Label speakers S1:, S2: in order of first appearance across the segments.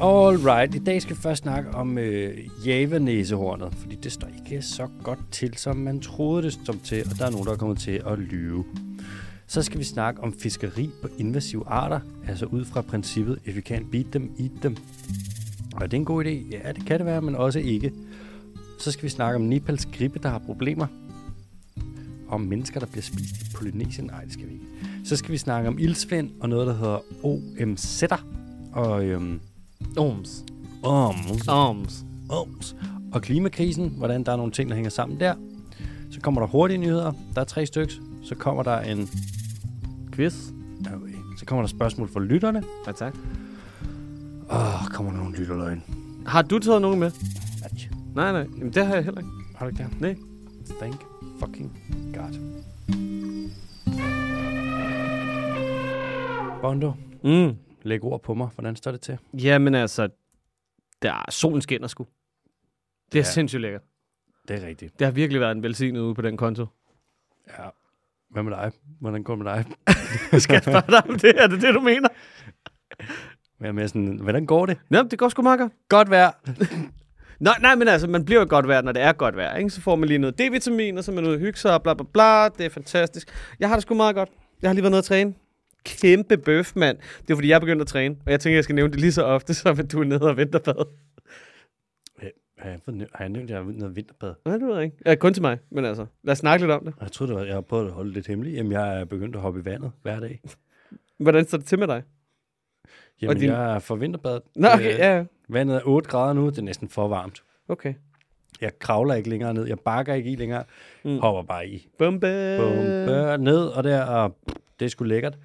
S1: Alright, i dag skal vi først snakke om øh, Java-næsehornet, fordi det står ikke så godt til, som man troede det stod til, og der er nogen, der er kommet til at lyve. Så skal vi snakke om fiskeri på invasive arter, altså ud fra princippet, if you can't beat them, eat them. Og er det en god idé? Ja, det kan det være, men også ikke. Så skal vi snakke om Nepals gribe, der har problemer. Om mennesker, der bliver spist i Polynesien. Nej, det skal vi ikke. Så skal vi snakke om ildsvind og noget, der hedder OMZ'er. Og øhm,
S2: Oms.
S1: om,
S2: Oms.
S1: oms. Og klimakrisen, hvordan der er nogle ting, der hænger sammen der. Så kommer der hurtige nyheder. Der er tre stykker. Så kommer der en...
S2: Quiz.
S1: Okay. Så kommer der spørgsmål fra lytterne.
S2: Ja, tak.
S1: Åh, oh, kommer der nogle lytterløgn.
S2: Har du taget nogen med?
S1: Ach,
S2: Nej, nej. Jamen, det har jeg heller ikke.
S1: Har du ikke det?
S2: Nej.
S1: Thank fucking God. Bondo,
S2: Mm.
S1: læg ord på mig. Hvordan står det til?
S2: Jamen altså, der, solen skinner sgu.
S1: Ja.
S2: Det er ja. sindssygt lækkert.
S1: Det er rigtigt.
S2: Det har virkelig været en velsignet ude på den konto.
S1: Ja. Hvad med dig? Hvordan går det med dig?
S2: Skal jeg spørge dig om det? Er det det, du mener?
S1: Jeg er mere sådan, hvordan går det?
S2: Nå, det går sgu meget godt.
S1: Godt vejr.
S2: Nå, nej, men altså, man bliver jo godt værd, når det er godt vejr. Ikke? Så får man lige noget D-vitamin, og så er man ude og hygge sig, og bla bla bla. Det er fantastisk. Jeg har det sgu meget godt. Jeg har lige været nede at træne. Kæmpe bøf, mand. Det er fordi, jeg er begyndt at træne, og jeg tænker, jeg skal nævne det lige så ofte, som at du er nede og vinterbad.
S1: Har jeg, fået nævnt- har jeg nævnt, at jeg har været noget vinterbad?
S2: Nej, det ved jeg ikke. Ja, kun til mig, men altså, lad os snakke lidt om det.
S1: Og Jeg troede, det var, jeg har prøvet at holde det lidt hemmeligt. Jamen, jeg er begyndt at hoppe i vandet hver dag.
S2: Hvordan står det til med dig?
S1: Jamen,
S2: din-
S1: din... jeg er for vinterbadet. Øh,
S2: Nå, okay, ja, ja.
S1: Vandet er 8 grader nu. Det er næsten for varmt.
S2: okay.
S1: Jeg kravler ikke længere ned. Jeg bakker ikke i længere. Mm.
S2: Mm. Øh.
S1: Hopper bare i.
S2: Bombe.
S1: Bumper ned, og der, og det er sgu lækkert.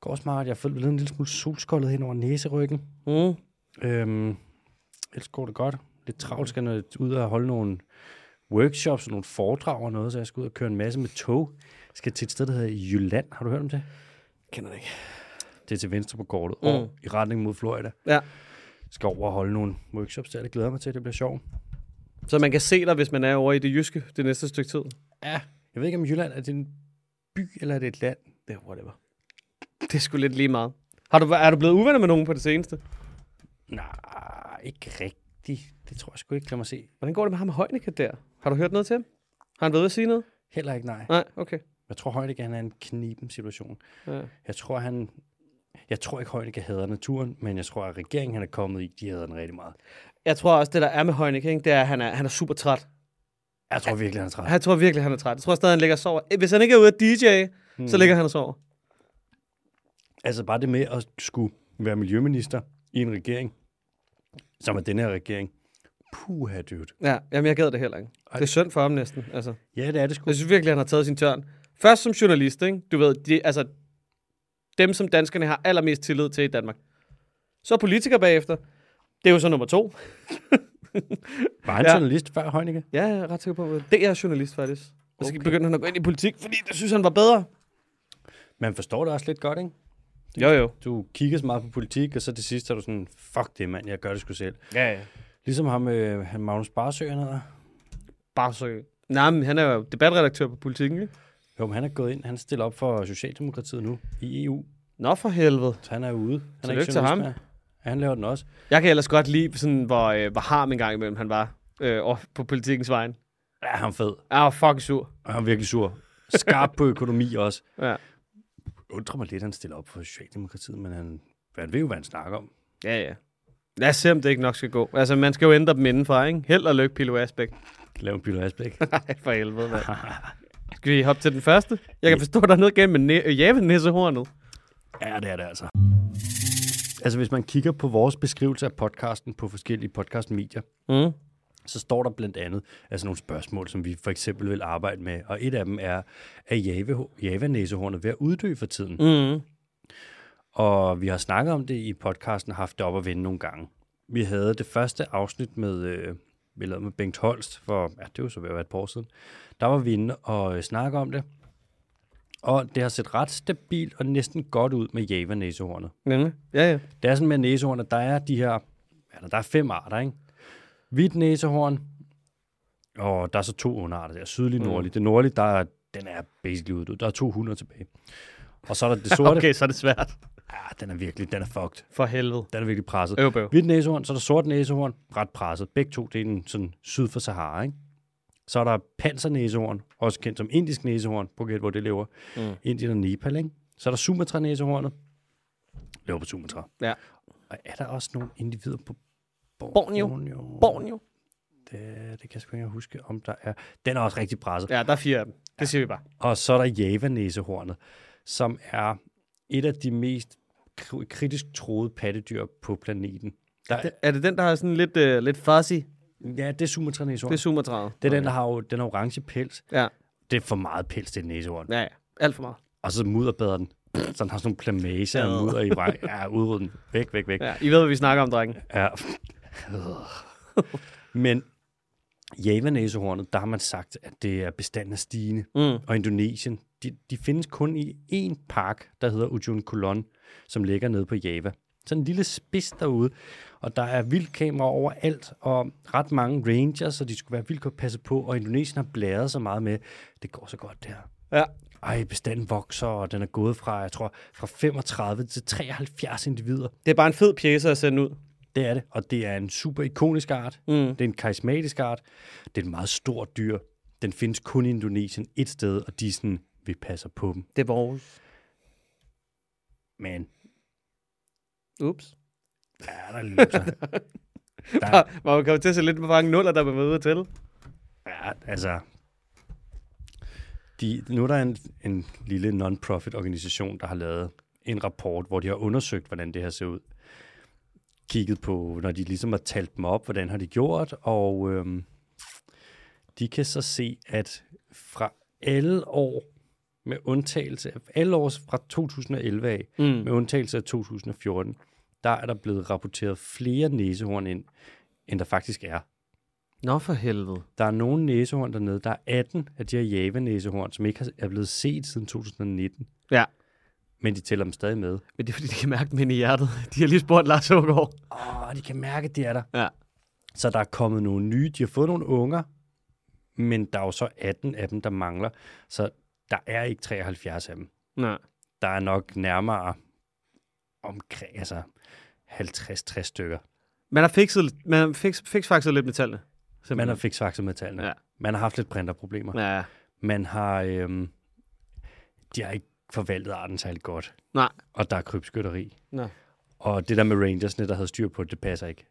S1: Går smart. Jeg er blevet en lille smule solskoldet hen over næseryggen.
S2: Mm.
S1: Øhm, ellers går det godt. Lidt travlt skal jeg ud og holde nogle workshops og nogle foredrag og noget, så jeg skal ud og køre en masse med tog. Jeg skal til et sted, der hedder Jylland. Har du hørt om det?
S2: Kender det ikke.
S1: Det er til venstre på kortet, mm. og i retning mod Florida.
S2: Ja.
S1: Skal over og holde nogle workshops der. Det glæder jeg mig til, det bliver sjovt.
S2: Så man kan se dig, hvis man er over i det jyske det næste stykke tid.
S1: Ja. Jeg ved ikke, om Jylland er det en by, eller er det et land?
S2: Det er whatever. Det er sgu lidt lige meget. Har du, er du blevet uvenner med nogen på det seneste?
S1: Nej, ikke rigtigt. Det tror jeg sgu ikke, lad mig se.
S2: Hvordan går det med ham Højnække der? Har du hørt noget til ham? Har han været ude at sige noget?
S1: Heller ikke nej.
S2: Nej, okay.
S1: Jeg tror, Højnække han er en kniben situation.
S2: Ja.
S1: Jeg tror, han... Jeg tror ikke, Højnække hader naturen, men jeg tror, at regeringen, han er kommet i, de hader den rigtig meget.
S2: Jeg tror også, det der er med Højnække, ikke, det er, at han er, han er super træt.
S1: Jeg tror virkelig, han er træt.
S2: Jeg tror virkelig, han er træt. Jeg tror stadig, han ligger og sover. Eh, Hvis han ikke er ude at DJ, mm. så ligger han og sover.
S1: Altså bare det med at skulle være miljøminister i en regering, som er den her regering. Puha, dude.
S2: Ja, jamen jeg gad det heller ikke. Ej. Det er synd for ham næsten. Altså.
S1: Ja, det er det sgu.
S2: Jeg synes virkelig, han har taget sin tørn. Først som journalist, ikke? Du ved, de, altså, dem som danskerne har allermest tillid til i Danmark. Så politiker bagefter. Det er jo så nummer to.
S1: Var han
S2: Ja.
S1: journalist før Højnække?
S2: Ja, jeg er ret sikker på, at det er journalist faktisk. Og så
S1: Okay.
S2: begyndte han at gå ind i politik, fordi det synes han var bedre.
S1: Man forstår det også lidt godt, ikke?
S2: Jo, jo.
S1: Du kigger så meget på politik, og så til sidst er du sådan, fuck det, mand, jeg gør det sgu selv.
S2: Ja, ja.
S1: Ligesom ham, øh, han Magnus Barsø, han hedder.
S2: Bare så... Nej, men han er jo debatredaktør på politikken, ikke?
S1: Jo, men han er gået ind, han stiller op for Socialdemokratiet nu i E EU,
S2: Nå for helvede.
S1: så han er ude. Han er
S2: Tillykke
S1: ikke
S2: til ham.
S1: journalist mere. Ja, Han laver den også.
S2: Jeg kan ellers godt lide, sådan, hvor, øh, hvor harm en gang imellem han var øh, over- på politikkens vejen.
S1: Ja, han er fed.
S2: Jeg var fucking sur.
S1: Og han er virkelig sur. Skarp på økonomi også.
S2: Ja.
S1: Undrer mig lidt, at han stiller op for Socialdemokratiet, men han, han ved jo, hvad han snakker om.
S2: Ja, ja. Lad os se, om det ikke nok skal gå. Altså, man skal jo ændre dem indenfra, ikke? Held og lykke, Pilo Asbæk.
S1: Lav en Peter Asbæk.
S2: Nej, for helvede, mand. Skal vi hoppe til den første? Jeg kan forstå, at der er noget gennem med næ- jævennissehornet.
S1: ja, det er det altså. Altså, hvis man kigger på vores beskrivelse af podcasten på forskellige podcastmedier,
S2: Mm.
S1: så står der blandt andet altså nogle spørgsmål, som vi for eksempel vil arbejde med. Og et af dem er, er Java, Java-næsehornet ved at uddø for tiden?
S2: Mm.
S1: Og vi har snakket om det i podcasten, og haft det op at vende nogle gange. Vi havde det første afsnit med, øh, vi lavede med Bengt Holst, for ja, det var så ved at være et par år siden. Der var vi inde og øh, snakke om det. Og det har set ret stabilt og næsten godt ud med Java-næsehornet.
S2: Nemlig. Ja, ja.
S1: Det er sådan med næsehorn, at der er de her, eller der er fem arter, ikke? Hvidt næsehorn, og der er så to underarter der, sydlig og nordlig. Det nordlige, der er, den er basically uddød. Der er 200 tilbage. Og så er der det sorte.
S2: Okay, så er det svært.
S1: Ja, den er virkelig, den er fucked.
S2: For helvede.
S1: Den er virkelig presset.
S2: Øv, bøv.
S1: Hvidt næsehorn, så er der sort næsehorn, ret presset. Begge to, det er en, sådan syd for Sahara, ikke? Så er der pansernæsehorn, også kendt som indisk næsehorn, på gæt, hvor det lever. Mm. Indien og Nepal, ikke? Så er der Sumatra-næsehornet, lever på Sumatra.
S2: Ja.
S1: Og er der også nogle individer på
S2: Borneo.
S1: Borneo?
S2: Borneo.
S1: Det, det kan jeg sgu ikke huske, om der er. Den er også rigtig presset.
S2: Ja, der er fire af dem. Det siger vi bare.
S1: Og så er der javanæsehornet, som er et af de mest kri- kritisk troede pattedyr på planeten. Der, er-
S2: Er det den, der har sådan lidt, øh, lidt fuzzy?
S1: ja, det er Sumatranæsehorn.
S2: Det er Sumatraet.
S1: Det er den, der har jo, den har orange pels.
S2: Ja.
S1: Det er for meget pels, det er næsehorn.
S2: Ja, ja. Alt for meget.
S1: Og så mudderbader den. Så den har sådan nogle plamager og mudder i vej. Ja, udryd den. Væk, væk, væk.
S2: Ja, I ved, hvad vi snakker om, drenge.
S1: Ja. Men Javanæsehornet, der har man sagt, at det er bestanden af stigende.
S2: Mm.
S1: Og Indonesien, de, de findes kun i én park, der hedder Ujung Kulon, som ligger nede på Java. Sådan en lille spids derude, og der er vildkamera overalt, og ret mange rangers, så de skulle være vildt godt passe på, og Indonesien har blæret så meget med, det går så godt der.
S2: Ja.
S1: Ej, bestanden vokser, og den er gået fra, jeg tror, fra 35 til 73 individer.
S2: Det er bare en fed pjæse at sende ud.
S1: Det er det, og det er en super ikonisk art. Mm. Det er en karismatisk art. Det er et meget stort dyr. Den findes kun i Indonesien et sted, og de er sådan, vi passer på dem.
S2: Det er vores.
S1: Men
S2: Ups.
S1: der er der løser.
S2: Ja. Man kan komme til at se lidt på mange nuller, der man var ude til.
S1: Ja, altså... De, nu er der en, en lille non-profit organisation, der har lavet en rapport, hvor de har undersøgt, hvordan det her ser ud. Kigget på, når de ligesom har talt dem op, hvordan har de gjort, og øhm, de kan så se, at fra alle år, med undtagelse af alle år fra 2011 af, mm. med undtagelse af 2014, der er der blevet rapporteret flere næsehorn ind, end der faktisk er.
S2: Nå for helvede.
S1: Der er nogle næsehorn dernede. Der er 18 af de her Java-næsehorn, som ikke har- er blevet set siden 2019.
S2: Ja.
S1: Men de tæller dem stadig med.
S2: Men det er, fordi de kan mærke dem ind i hjertet. De har lige spurgt Lars Ågaard.
S1: Åh, de kan mærke, at de er der.
S2: Ja.
S1: Så der er kommet nogle nye. De har fået nogle unger, men der er jo så 18 af dem, der mangler. Så der er ikke 73 af dem.
S2: Nej.
S1: Der er nok nærmere omkring, altså 50-60 stykker.
S2: Man har fikset, man har fix, fix fakset lidt med tallene.
S1: Man har
S2: Simpelthen.
S1: fikset fakser med tallene.
S2: Ja.
S1: Man har haft lidt printerproblemer.
S2: Ja.
S1: Man har... Øhm, de har ikke forvaltet arten særlig godt.
S2: Nej.
S1: og der er krybskytteri.
S2: Nå.
S1: Og det der med rangersne, der havde styr på, det, det passer ikke.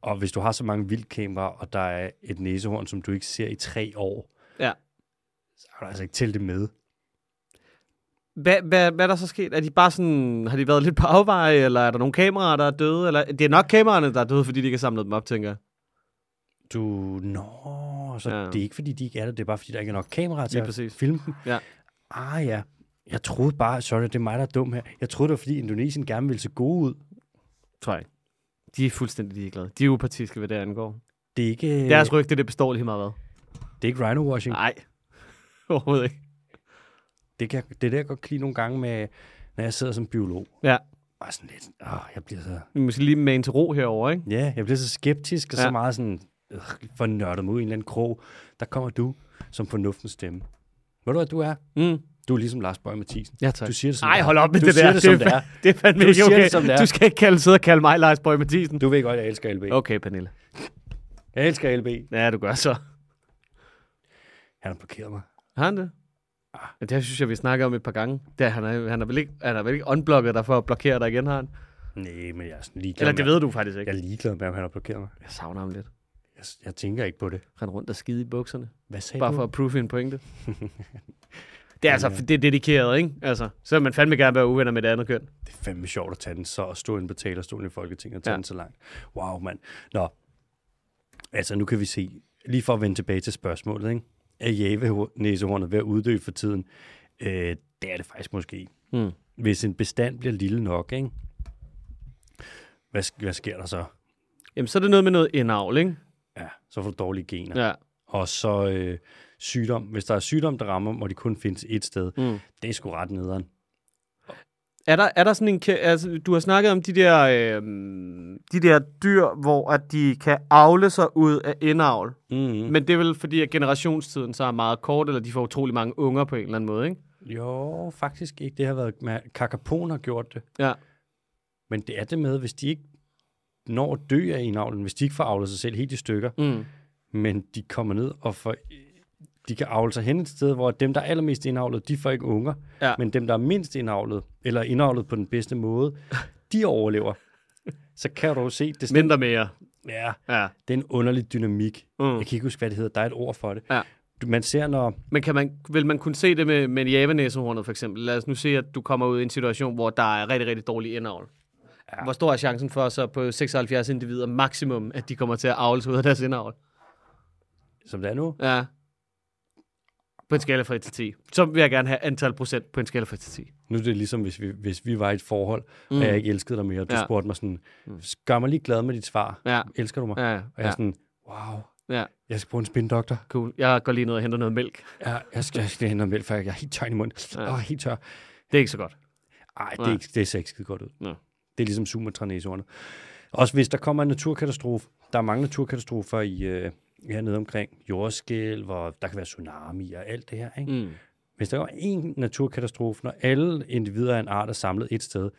S1: Og hvis du har så mange vildkameraer, og der er et næsehorn, som du ikke ser i tre år,
S2: Ja.
S1: så har du altså ikke tælt det med.
S2: Hvad, hvad, hvad er der så sket? Er de bare sådan, har de været lidt på afveje, eller er der nogle kameraer, der er døde? Eller, det er nok kameraerne, der er døde, fordi de ikke har samlet dem op, tænker jeg.
S1: Du, nå, så
S2: Ja.
S1: ja. det er ikke fordi, de ikke er der, det er bare fordi, der ikke er nok kameraer til
S2: Lige
S1: at
S2: præcis.
S1: filme dem.
S2: Ja.
S1: Ah ja, jeg troede bare, sorry, det er mig, der er dum her. Jeg troede, det var fordi, Indonesien gerne ville se gode ud.
S2: Tror jeg ikke. De er fuldstændig ligeglade. De er upartiske, hvad det angår.
S1: Det er ikke,
S2: Deres rygte, det består lige meget hvad.
S1: det er ikke rhino-washing.
S2: Nej. Overhovedet ikke.
S1: det, kan, jeg- det er det, jeg godt kan lide nogle gange, med, når jeg sidder som biolog.
S2: Ja.
S1: Og sådan lidt, åh, jeg bliver så
S2: Vi må måske lige mane til ro herover, ikke?
S1: Ja, jeg bliver så skeptisk og ja.
S2: Ja.
S1: så meget sådan øh, for nørdet mod en eller anden krog. Der kommer du som fornuftens stemme. Ved du, hvad du er?
S2: Mm.
S1: Du er ligesom Lars Bøge Mathisen.
S2: Ja, tak.
S1: Du siger det, som
S2: Nej,
S1: det er.
S2: hold op med
S1: du
S2: det
S1: siger
S2: der.
S1: det, som det
S2: fa-
S1: er.
S2: det er fandme
S1: Du
S2: ikke
S1: siger
S2: okay.
S1: det, som det er.
S2: Du skal ikke kalde, sidde og kalde mig Lars Bøge Mathisen.
S1: Du ved godt, jeg elsker LB. Okay.
S2: Okay, Pernille.
S1: Jeg elsker LB.
S2: Ja, du gør så.
S1: Han har blokeret mig.
S2: Har han det? Ja, det her synes jeg, vi snakker om et par gange. Det, er- han, er, han, er vel ikke, han er vel ikke unblocket dig for at blokere dig igen, har han?
S1: Nej, men jeg er sådan ligeglad
S2: Eller det
S1: med,
S2: ved du faktisk
S1: Jeg
S2: ikke.
S1: er ligeglad med, om han har blokeret mig.
S2: Jeg savner ham lidt.
S1: Jeg, jeg tænker ikke på det.
S2: Han rundt og skide i bukserne.
S1: Hvad sagde
S2: Bare
S1: du?
S2: for at prove en pointe. Det er altså det er dedikeret, ikke? Altså, så vil man fandme gerne være uvenner med det andet køn.
S1: Det er fandme sjovt at tage den så og stå inde på talerstolen i Folketinget og tage
S2: Ja.
S1: ja. den så langt. Wow, mand. Nå, altså nu kan vi se, lige for at vende tilbage til spørgsmålet, ikke? er jæve-næsehornet ved at uddø for tiden? Øh, det er det faktisk måske.
S2: Mm.
S1: Hvis en bestand bliver lille nok, ikke? Hvad, sk- hvad sker der så?
S2: Jamen, så er det noget med noget indavl, ikke?
S1: Ja, så får du dårlige gener. Ja.
S2: Ja.
S1: Og så øh, sygdom. Hvis der er sygdom, der rammer, må de kun findes et sted.
S2: Mm.
S1: Det er sgu ret nederen.
S2: Er der, er der sådan en... kæ- Altså, du har snakket om de der, øh, de der dyr, hvor at de kan avle sig ud af indavl. Mm.
S1: Mm-hmm.
S2: Men det er vel fordi, at generationstiden så er meget kort, eller de får utrolig mange unger på en eller anden måde, ikke?
S1: Jo, faktisk ikke. Det har været, ma- kakapon har gjort det.
S2: Ja.
S1: Men det er det med, hvis de ikke når at dø af enavlen, hvis de ikke får avlet sig selv helt i stykker,
S2: Mm.
S1: men de kommer ned og får, de kan avle sig hen et sted, hvor dem, der er allermest indavlet, de får ikke unger,
S2: Ja.
S1: men dem, der er mindst indavlet, eller indavlet på den bedste måde, de overlever. Så kan du jo se, det er, sådan,
S2: Mindre mere.
S1: ja,
S2: Ja.
S1: det er en underlig dynamik.
S2: Mm.
S1: Jeg kan ikke huske, hvad det hedder. Der er et ord for det.
S2: Ja.
S1: Du- Man ser, når...
S2: Men kan man, vil man kunne se det med, med javanæsehornet for eksempel? Lad os nu se, at du kommer ud i en situation, hvor der er rigtig, rigtig dårlig indavl. Ja. Hvor stor er chancen for så på 76 individer maksimum, at de kommer til at avles ud af deres indavl?
S1: Som det er nu.
S2: Ja. På en skala fra 1 til 10. Så vil jeg gerne have antal procent på en skala fra 1 til 10.
S1: Nu er det ligesom, hvis vi, hvis vi var i et forhold, mm. og jeg ikke elskede dig mere, og du
S2: Ja. Mm.
S1: ja. spurgte mig sådan, gør mig lige glad med dit svar.
S2: Ja,
S1: Elsker du mig?
S2: ja,
S1: Og jeg er
S2: ja,
S1: sådan, wow,
S2: ja.
S1: jeg skal bruge en spindoktor.
S2: Cool. Jeg går lige ned og henter noget mælk.
S1: Ja, jeg skal, jeg skal hente noget mælk, for jeg er helt tør i munden.
S2: Ja.
S1: Ja. Åh, helt tør.
S2: Det er ikke så godt.
S1: Ej, det,
S2: Nej.
S1: er ikke, det ser ikke skide godt ud.
S2: Nå.
S1: Det er ligesom sumatranæsorerne. Også hvis der kommer en naturkatastrofe. Der er mange naturkatastrofer i, øh, hernede omkring. Jordskælv, og der kan være tsunami og alt det her. Ikke?
S2: Mm.
S1: Hvis der er en naturkatastrofe, når alle individer af en art er samlet et sted,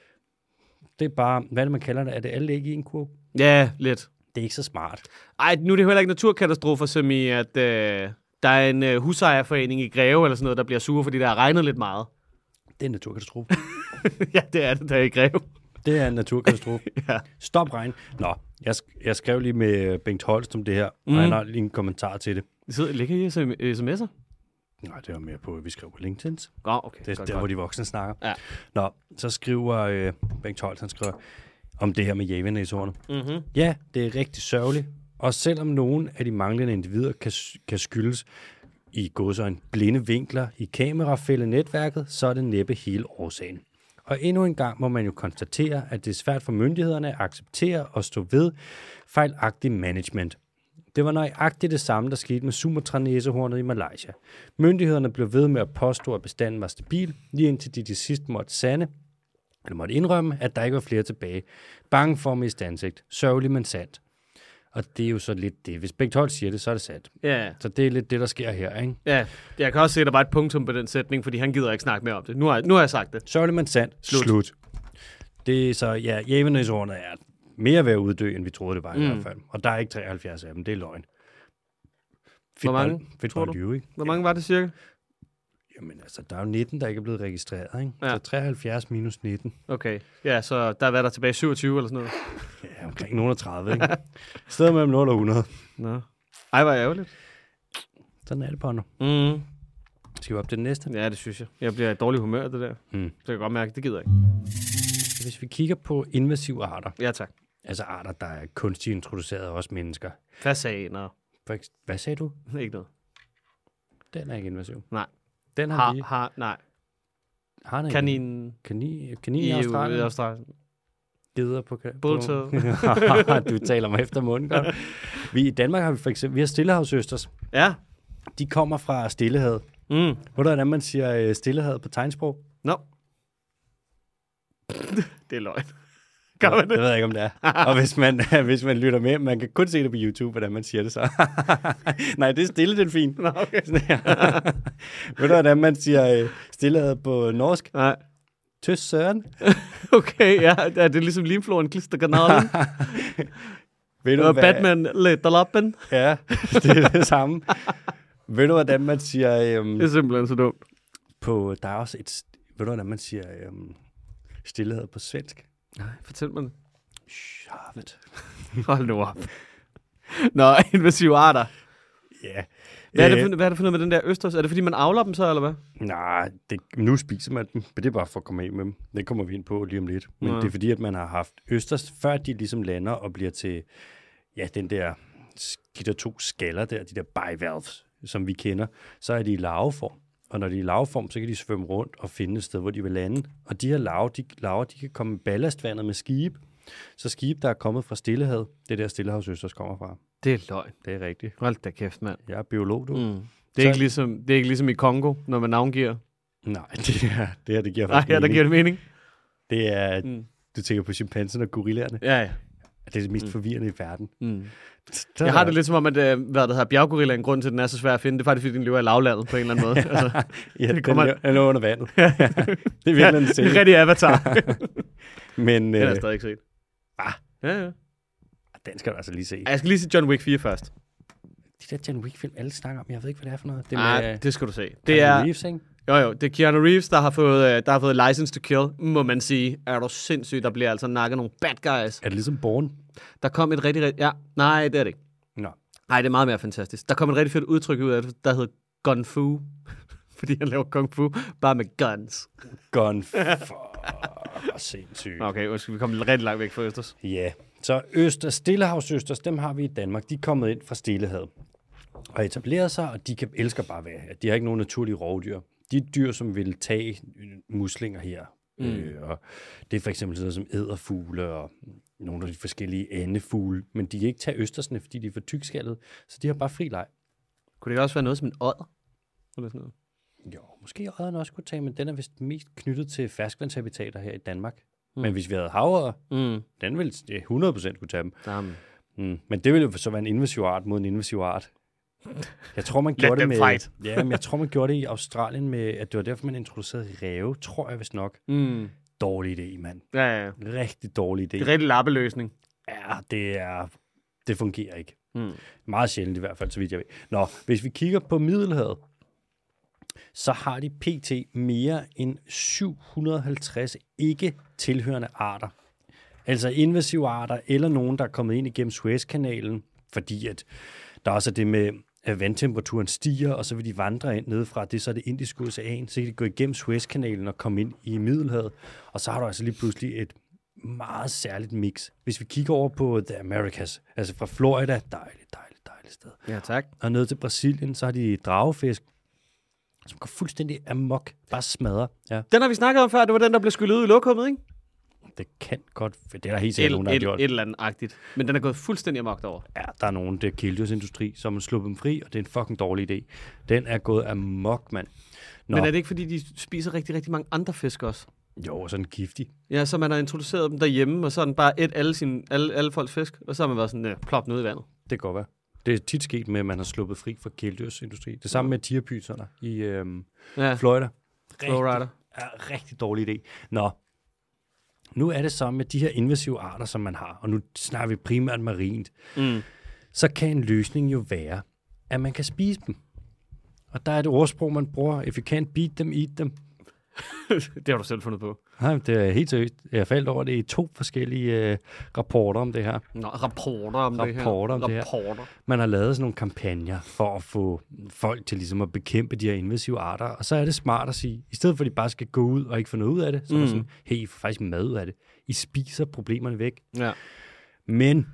S1: det er bare, hvad er det, man kalder det? Er det alle æg i en kurv?
S2: Ja, lidt.
S1: Det er ikke så smart.
S2: Ej, nu er det heller ikke naturkatastrofer, som i, at øh, der er en øh, husejerforening i Greve eller sådan noget, der bliver sure, fordi der har regnet lidt meget.
S1: Det er en naturkatastrofe.
S2: ja, det er det, der er i Greve.
S1: Det er en naturkatastrofe.
S2: Ja.
S1: Stop regn. Nå, jeg, sk- jeg skrev lige med øh, Bengt Holst om det her, mm. og han har lige en kommentar til det.
S2: Sidder, ligger I øh, og sm- sms'er?
S1: Nej, det var mere på, at vi skrev på LinkedIn. Det
S2: Nå, okay.
S1: er
S2: godt,
S1: der,
S2: godt.
S1: hvor de voksne snakker.
S2: Ja.
S1: Nå, så skriver øh, Bengt Holst, han skriver om det her med javanæsordene.
S2: Mm-hmm.
S1: Ja, det er rigtig sørgeligt. Og selvom nogen af de manglende individer kan, kan skyldes i en blinde vinkler i kamerafælde-netværket, så er det næppe hele årsagen. Og endnu en gang må man jo konstatere, at det er svært for myndighederne at acceptere og stå ved fejlagtig management. Det var nøjagtigt det samme, der skete med sumatranæsehornet i Malaysia. Myndighederne blev ved med at påstå, at bestanden var stabil, lige indtil de til sidst måtte sande, eller måtte indrømme, at der ikke var flere tilbage. Bange for at miste ansigt. Sørgelig, men sandt. Og det er jo så lidt det. Hvis Bengt Holt siger det, så er det sandt.
S2: Ja,
S1: Så det er lidt det, der sker her, ikke?
S2: ja. Jeg kan også se, at der var et punktum på den sætning, fordi han gider ikke snakke mere om det. Nu har, nu har jeg sagt det.
S1: Sørgelig, men sandt.
S2: Slut.
S1: Slut. Det er så, ja, jævnhedsordene er mere ved at uddø, end vi troede, det var i
S2: Mm.
S1: hvert fald. Og der er ikke 73 af dem, det er løgn. Fedt
S2: Hvor mange,
S1: bare- Fedt tror
S2: tror du?
S1: du? Lyve, ikke?
S2: Hvor mange var det cirka?
S1: Jamen altså, der er jo 19, der ikke er blevet registreret, ikke?
S2: Ja.
S1: Ja. Så 73 minus 19.
S2: Okay. Ja, så der var der tilbage 27 eller sådan noget.
S1: Ja, omkring nogen af 30, ikke? Stedet mellem 0 og 100.
S2: Nå. Ej, hvor ærgerligt.
S1: Sådan er det på nu.
S2: Mm.
S1: Skal vi op til den næste?
S2: Ja, det synes jeg. Jeg bliver i dårlig humør, af det der.
S1: Mm.
S2: Det kan jeg godt mærke, det gider jeg
S1: Hvis vi kigger på invasive arter,
S2: ikke. Ja, tak.
S1: altså arter, der er kunstigt introduceret af os mennesker.
S2: Fasaner.
S1: For ekse- Hvad sagde du?
S2: Ikke noget.
S1: Den er ikke invasiv.
S2: Nej.
S1: Den har,
S2: Har,
S1: vi.
S2: har, nej.
S1: Har den
S2: Kaninen
S1: Kanin, kanin
S2: i
S1: i
S2: Australien.
S1: Australien.
S2: I Australien.
S1: Geder på... ka- på-
S2: Bulltail.
S1: du taler mig efter munden godt. Vi, I Danmark har vi for eksempel... Vi har stillehavsøsters.
S2: Ja.
S1: De kommer fra stillehavet.
S2: Mm.
S1: Ved du, hvordan man siger øh, stillehavet på tegnsprog?
S2: Nå. det er løgn. Gør man
S1: Det
S2: det?
S1: ved jeg ikke, om det er. Og hvis man, hvis man lytter med, man kan kun se det på YouTube, hvordan man siger det så. Nej, det er stille delfin.
S2: Nå, okay.
S1: Sådan her. Ved du, hvordan man siger øh, stillehavet på norsk?
S2: Nej.
S1: Tøs søren.
S2: Okay, ja. Er det ligesom limfloren klisterkanalen?
S1: Ved
S2: Og Batman letter lappen?
S1: Ja, det er det samme. ved du, hvordan man siger... Øhm,
S2: Det er simpelthen så dumt.
S1: på, der er også et, ved du, hvordan man siger øhm, stillhed på svensk?
S2: Nej, fortæl mig det.
S1: Sjovt.
S2: Hold nu op. Nå, invasive arter.
S1: Ja.
S2: Hvad er, det for, hvad er det for noget med den der østers? Er det, fordi man avler dem så, eller hvad?
S1: Nej, det, nu spiser man dem, men det er bare for at komme af med dem. Det kommer vi ind på lige om lidt. Men
S2: Nå.
S1: det er fordi, at man har haft østers, før de ligesom lander og bliver til, ja, den der, de der to skaller der, de der bivalves, som vi kender, så er de i larveform. Og når de er i larveform, så kan de svømme rundt og finde et sted, hvor de vil lande. Og de her larver, de, larver, de kan komme i ballastvandet med skibe. Så skibe, der er kommet fra Stillehavet, det er der Stillehavsøsters kommer fra.
S2: Det er løgn.
S1: Det er rigtigt.
S2: Hold da kæft, mand.
S1: Jeg er biolog, du. Mm.
S2: Mm. Det, er
S1: Så-
S2: ikke ligesom, det er ikke ligesom i Kongo, når man navngiver.
S1: Nej, det, er, det her, det giver
S2: Nej,
S1: faktisk
S2: ja, der
S1: mening.
S2: giver det mening.
S1: Det er,
S2: Mm.
S1: du tænker på chimpanserne og gorillaerne.
S2: Ja, ja.
S1: at det er det mest forvirrende i verden.
S2: Mm.
S1: Så
S2: Jeg har det lidt som om, at øh, hvad der hedder, bjerggorillaen, grunden til, at den er så svær at finde, det er faktisk, fordi den lever i lavlandet på en eller anden måde. altså,
S1: ja,
S2: det
S1: det
S2: kommer-
S1: kommer... den, lå under vandet. det er virkelig
S2: ja,
S1: en
S2: det er en
S1: ting.
S2: rigtig avatar.
S1: Men
S2: den har
S1: øh,
S2: jeg stadig ikke set.
S1: Ah.
S2: Ja, ja.
S1: den skal du altså lige se.
S2: Ej, Jeg skal lige se John Wick 4 først.
S1: De der John Wick-film, alle snakker om, jeg ved ikke, hvad det er for noget. Det
S2: Nej,
S1: med, øh,
S2: Ah, det skal du se. Det
S1: Keanu
S2: er,
S1: Reeves, ikke?
S2: jo, jo, det er Keanu Reeves, der har fået, øh, der har fået license to kill, må man sige. Er du sindssyg, der bliver altså nakket nogle bad guys.
S1: Er det ligesom Born?
S2: Der kom et rigtig, rigtig... Ja, nej, det er det ikke.
S1: Nå.
S2: Nej, det er meget mere fantastisk. Der kom et rigtig fedt udtryk ud af det, der hed Gun Fu. Fordi han laver Kung Fu, bare med guns.
S1: Gone for hvor sindssygt.
S2: Nå, Okay, undskyld, vi kom rigtig langt væk fra Østers.
S1: Ja, så Øster, Stillehavsøsters, dem har vi i Danmark. De er kommet ind fra Stillehavet og etableret sig, og de kan, elsker bare at være her. De har ikke nogen naturlige rovdyr. De er dyr, som vil tage øh, muslinger her. Mm. Øh, og det er for eksempel sådan noget som æderfugle og nogle af de forskellige andefugle, men de kan ikke tage østersne, fordi de er for tykskaldede, så de har bare fri leg.
S2: Kunne det ikke også være noget som en odder? Eller sådan noget?
S1: Jo, måske odderen også kunne tage, men den er vist mest knyttet til ferskvandshabitater her i Danmark. Mm. Men hvis vi havde havører,
S2: Mm.
S1: den ville ja, 100% kunne tage dem.
S2: Jamen.
S1: Mm. Men det ville jo så være en invasiv art mod en invasiv art. Jeg tror, man gjorde det
S2: them
S1: med...
S2: fight.
S1: ja, men jeg tror, man gjorde det i Australien med, at det var derfor, man introducerede ræve, tror jeg vist nok.
S2: Mm.
S1: Dårlig idé, mand.
S2: Ja, ja, ja.
S1: Rigtig dårlig idé.
S2: Det er rigtig lappeløsning.
S1: Ja, det er... Det fungerer ikke.
S2: Mm.
S1: Meget sjældent i hvert fald, så vidt jeg ved. Nå, hvis vi kigger på Middelhavet, så har de pt. mere end 750 ikke tilhørende arter. Altså invasive arter, eller nogen, der er kommet ind igennem Suezkanalen, fordi at der også er det med, at vandtemperaturen stiger, og så vil de vandre ind nedefra. Det er så det indiske ocean, så kan de gå igennem Suezkanalen og komme ind i Middelhavet. Og så har du altså lige pludselig et meget særligt mix. Hvis vi kigger over på The Americas, altså fra Florida, dejligt, dejligt, dejligt sted
S2: Ja, tak.
S1: og ned til Brasilien, så har de dragefisk, som går fuldstændig amok, bare smadrer. Ja,
S2: Den har vi snakket om før, det var den, der blev skyllet ud i lokummet, ikke?
S1: det kan godt, for det er der helt
S2: Et,
S1: sikkert nogen, der har
S2: et,
S1: gjort.
S2: et eller andet agtigt. Men den er gået fuldstændig amok over.
S1: Ja, der er nogen, det er kæledyrsindustri, som har sluppet dem fri, og det er en fucking dårlig idé. Den er gået amok, mand. Nå,
S2: Men er det ikke, fordi de spiser rigtig, rigtig mange andre fisk også?
S1: jo, og sådan giftig.
S2: Ja, så man har introduceret dem derhjemme, og så har den bare et alle, sine, alle, alle folks fisk, og så har man været sådan, øh, plop den ud i vandet.
S1: Det kan godt være. Det er tit sket med, at man har sluppet fri fra kæledyrsindustri. Det samme med tigerpyserne i øhm,
S2: Ja,
S1: Florida.
S2: Flowrider.
S1: er rigtig dårlig idé. Nå, nu er det så med de her invasive arter, som man har, og nu snakker vi primært marint,
S2: Mm.
S1: så kan en løsning jo være, at man kan spise dem. Og der er et ordsprog, man bruger, if you can't beat them, eat them.
S2: det har du selv fundet på.
S1: Nej, men det er helt seriøst. Jeg faldt over det i to forskellige øh, rapporter om det her.
S2: Nå, rapporter om det her.
S1: Rapporter om det her.
S2: Rapporter.
S1: Man har lavet sådan nogle kampagner for at få folk til ligesom at bekæmpe de her invasive arter, og så er det smart at sige, i stedet for at de bare skal gå ud og ikke få noget ud af det, så er
S2: Mm.
S1: det sådan, hey, I får faktisk mad ud af det. I spiser problemerne væk.
S2: Ja.
S1: Men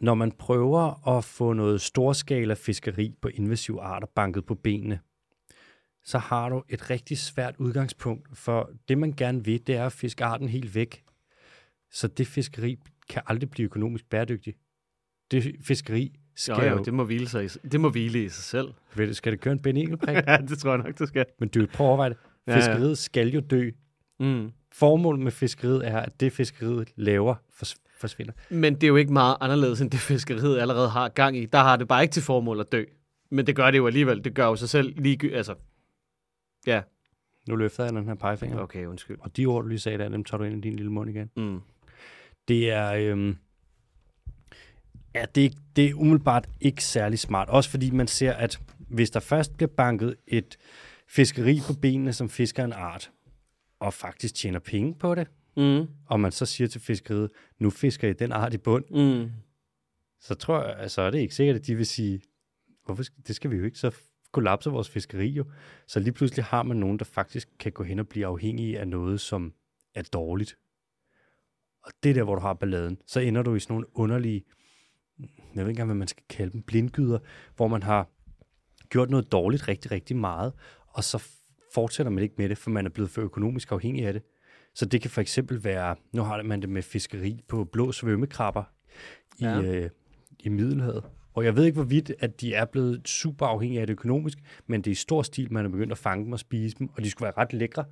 S1: når man prøver at få noget storskala fiskeri på invasive arter banket på benene, så har du et rigtig svært udgangspunkt, for det man gerne vil, det er at fiske arten helt væk. Så det fiskeri kan aldrig blive økonomisk bæredygtigt. Det fiskeri skal
S2: Jo, jo,
S1: det...
S2: det må, hvile sig i, det må hvile i sig selv.
S1: jo, skal det køre en Ben Engelbrecht?
S2: ja, det tror jeg nok, det skal.
S1: Men du prøv at overveje det.
S2: Ja, ja.
S1: Fiskeriet skal jo dø.
S2: Mm.
S1: Formålet med fiskeriet er, at det fiskeriet laver fors- forsvinder.
S2: Men det er jo ikke meget anderledes, end det fiskeriet allerede har gang i. Der har det bare ikke til formål at dø. Men det gør det jo alligevel. Det gør jo sig selv lige... Altså, ja.
S1: Nu løfter jeg den her pegefinger.
S2: Okay, undskyld.
S1: Og de ord, du lige sagde der, dem tager du ind i din lille mund igen.
S2: Mm.
S1: Det er, øhm, ja, det, er- det er umiddelbart ikke særlig smart. Også fordi man ser, at hvis der først bliver banket et fiskeri på benene, som fisker en art, og faktisk tjener penge på det,
S2: Mm.
S1: og man så siger til fiskeriet, nu fisker I den art i bund,
S2: Mm.
S1: så tror jeg, altså, er det ikke sikkert, at de vil sige, hvorfor, sk- det skal vi jo ikke, så kollapser vores fiskeri jo. Så lige pludselig har man nogen, der faktisk kan gå hen og blive afhængige af noget, som er dårligt. Og det er der, hvor du har balladen. Så ender du i sådan nogle underlige, jeg ved ikke engang, hvad man skal kalde dem, blindgyder, hvor man har gjort noget dårligt rigtig, rigtig meget, og så f- fortsætter man ikke med det, for man er blevet for økonomisk afhængig af det. Så det kan for eksempel være, nu har man det med fiskeri på blå svømmekrabber i,
S2: Ja.
S1: ja. øh, i Middelhavet. Og jeg ved ikke, hvorvidt at de er blevet super afhængige af det økonomisk, men det er i stor stil, man er begyndt at fange dem og spise dem, og de skulle være ret lækre.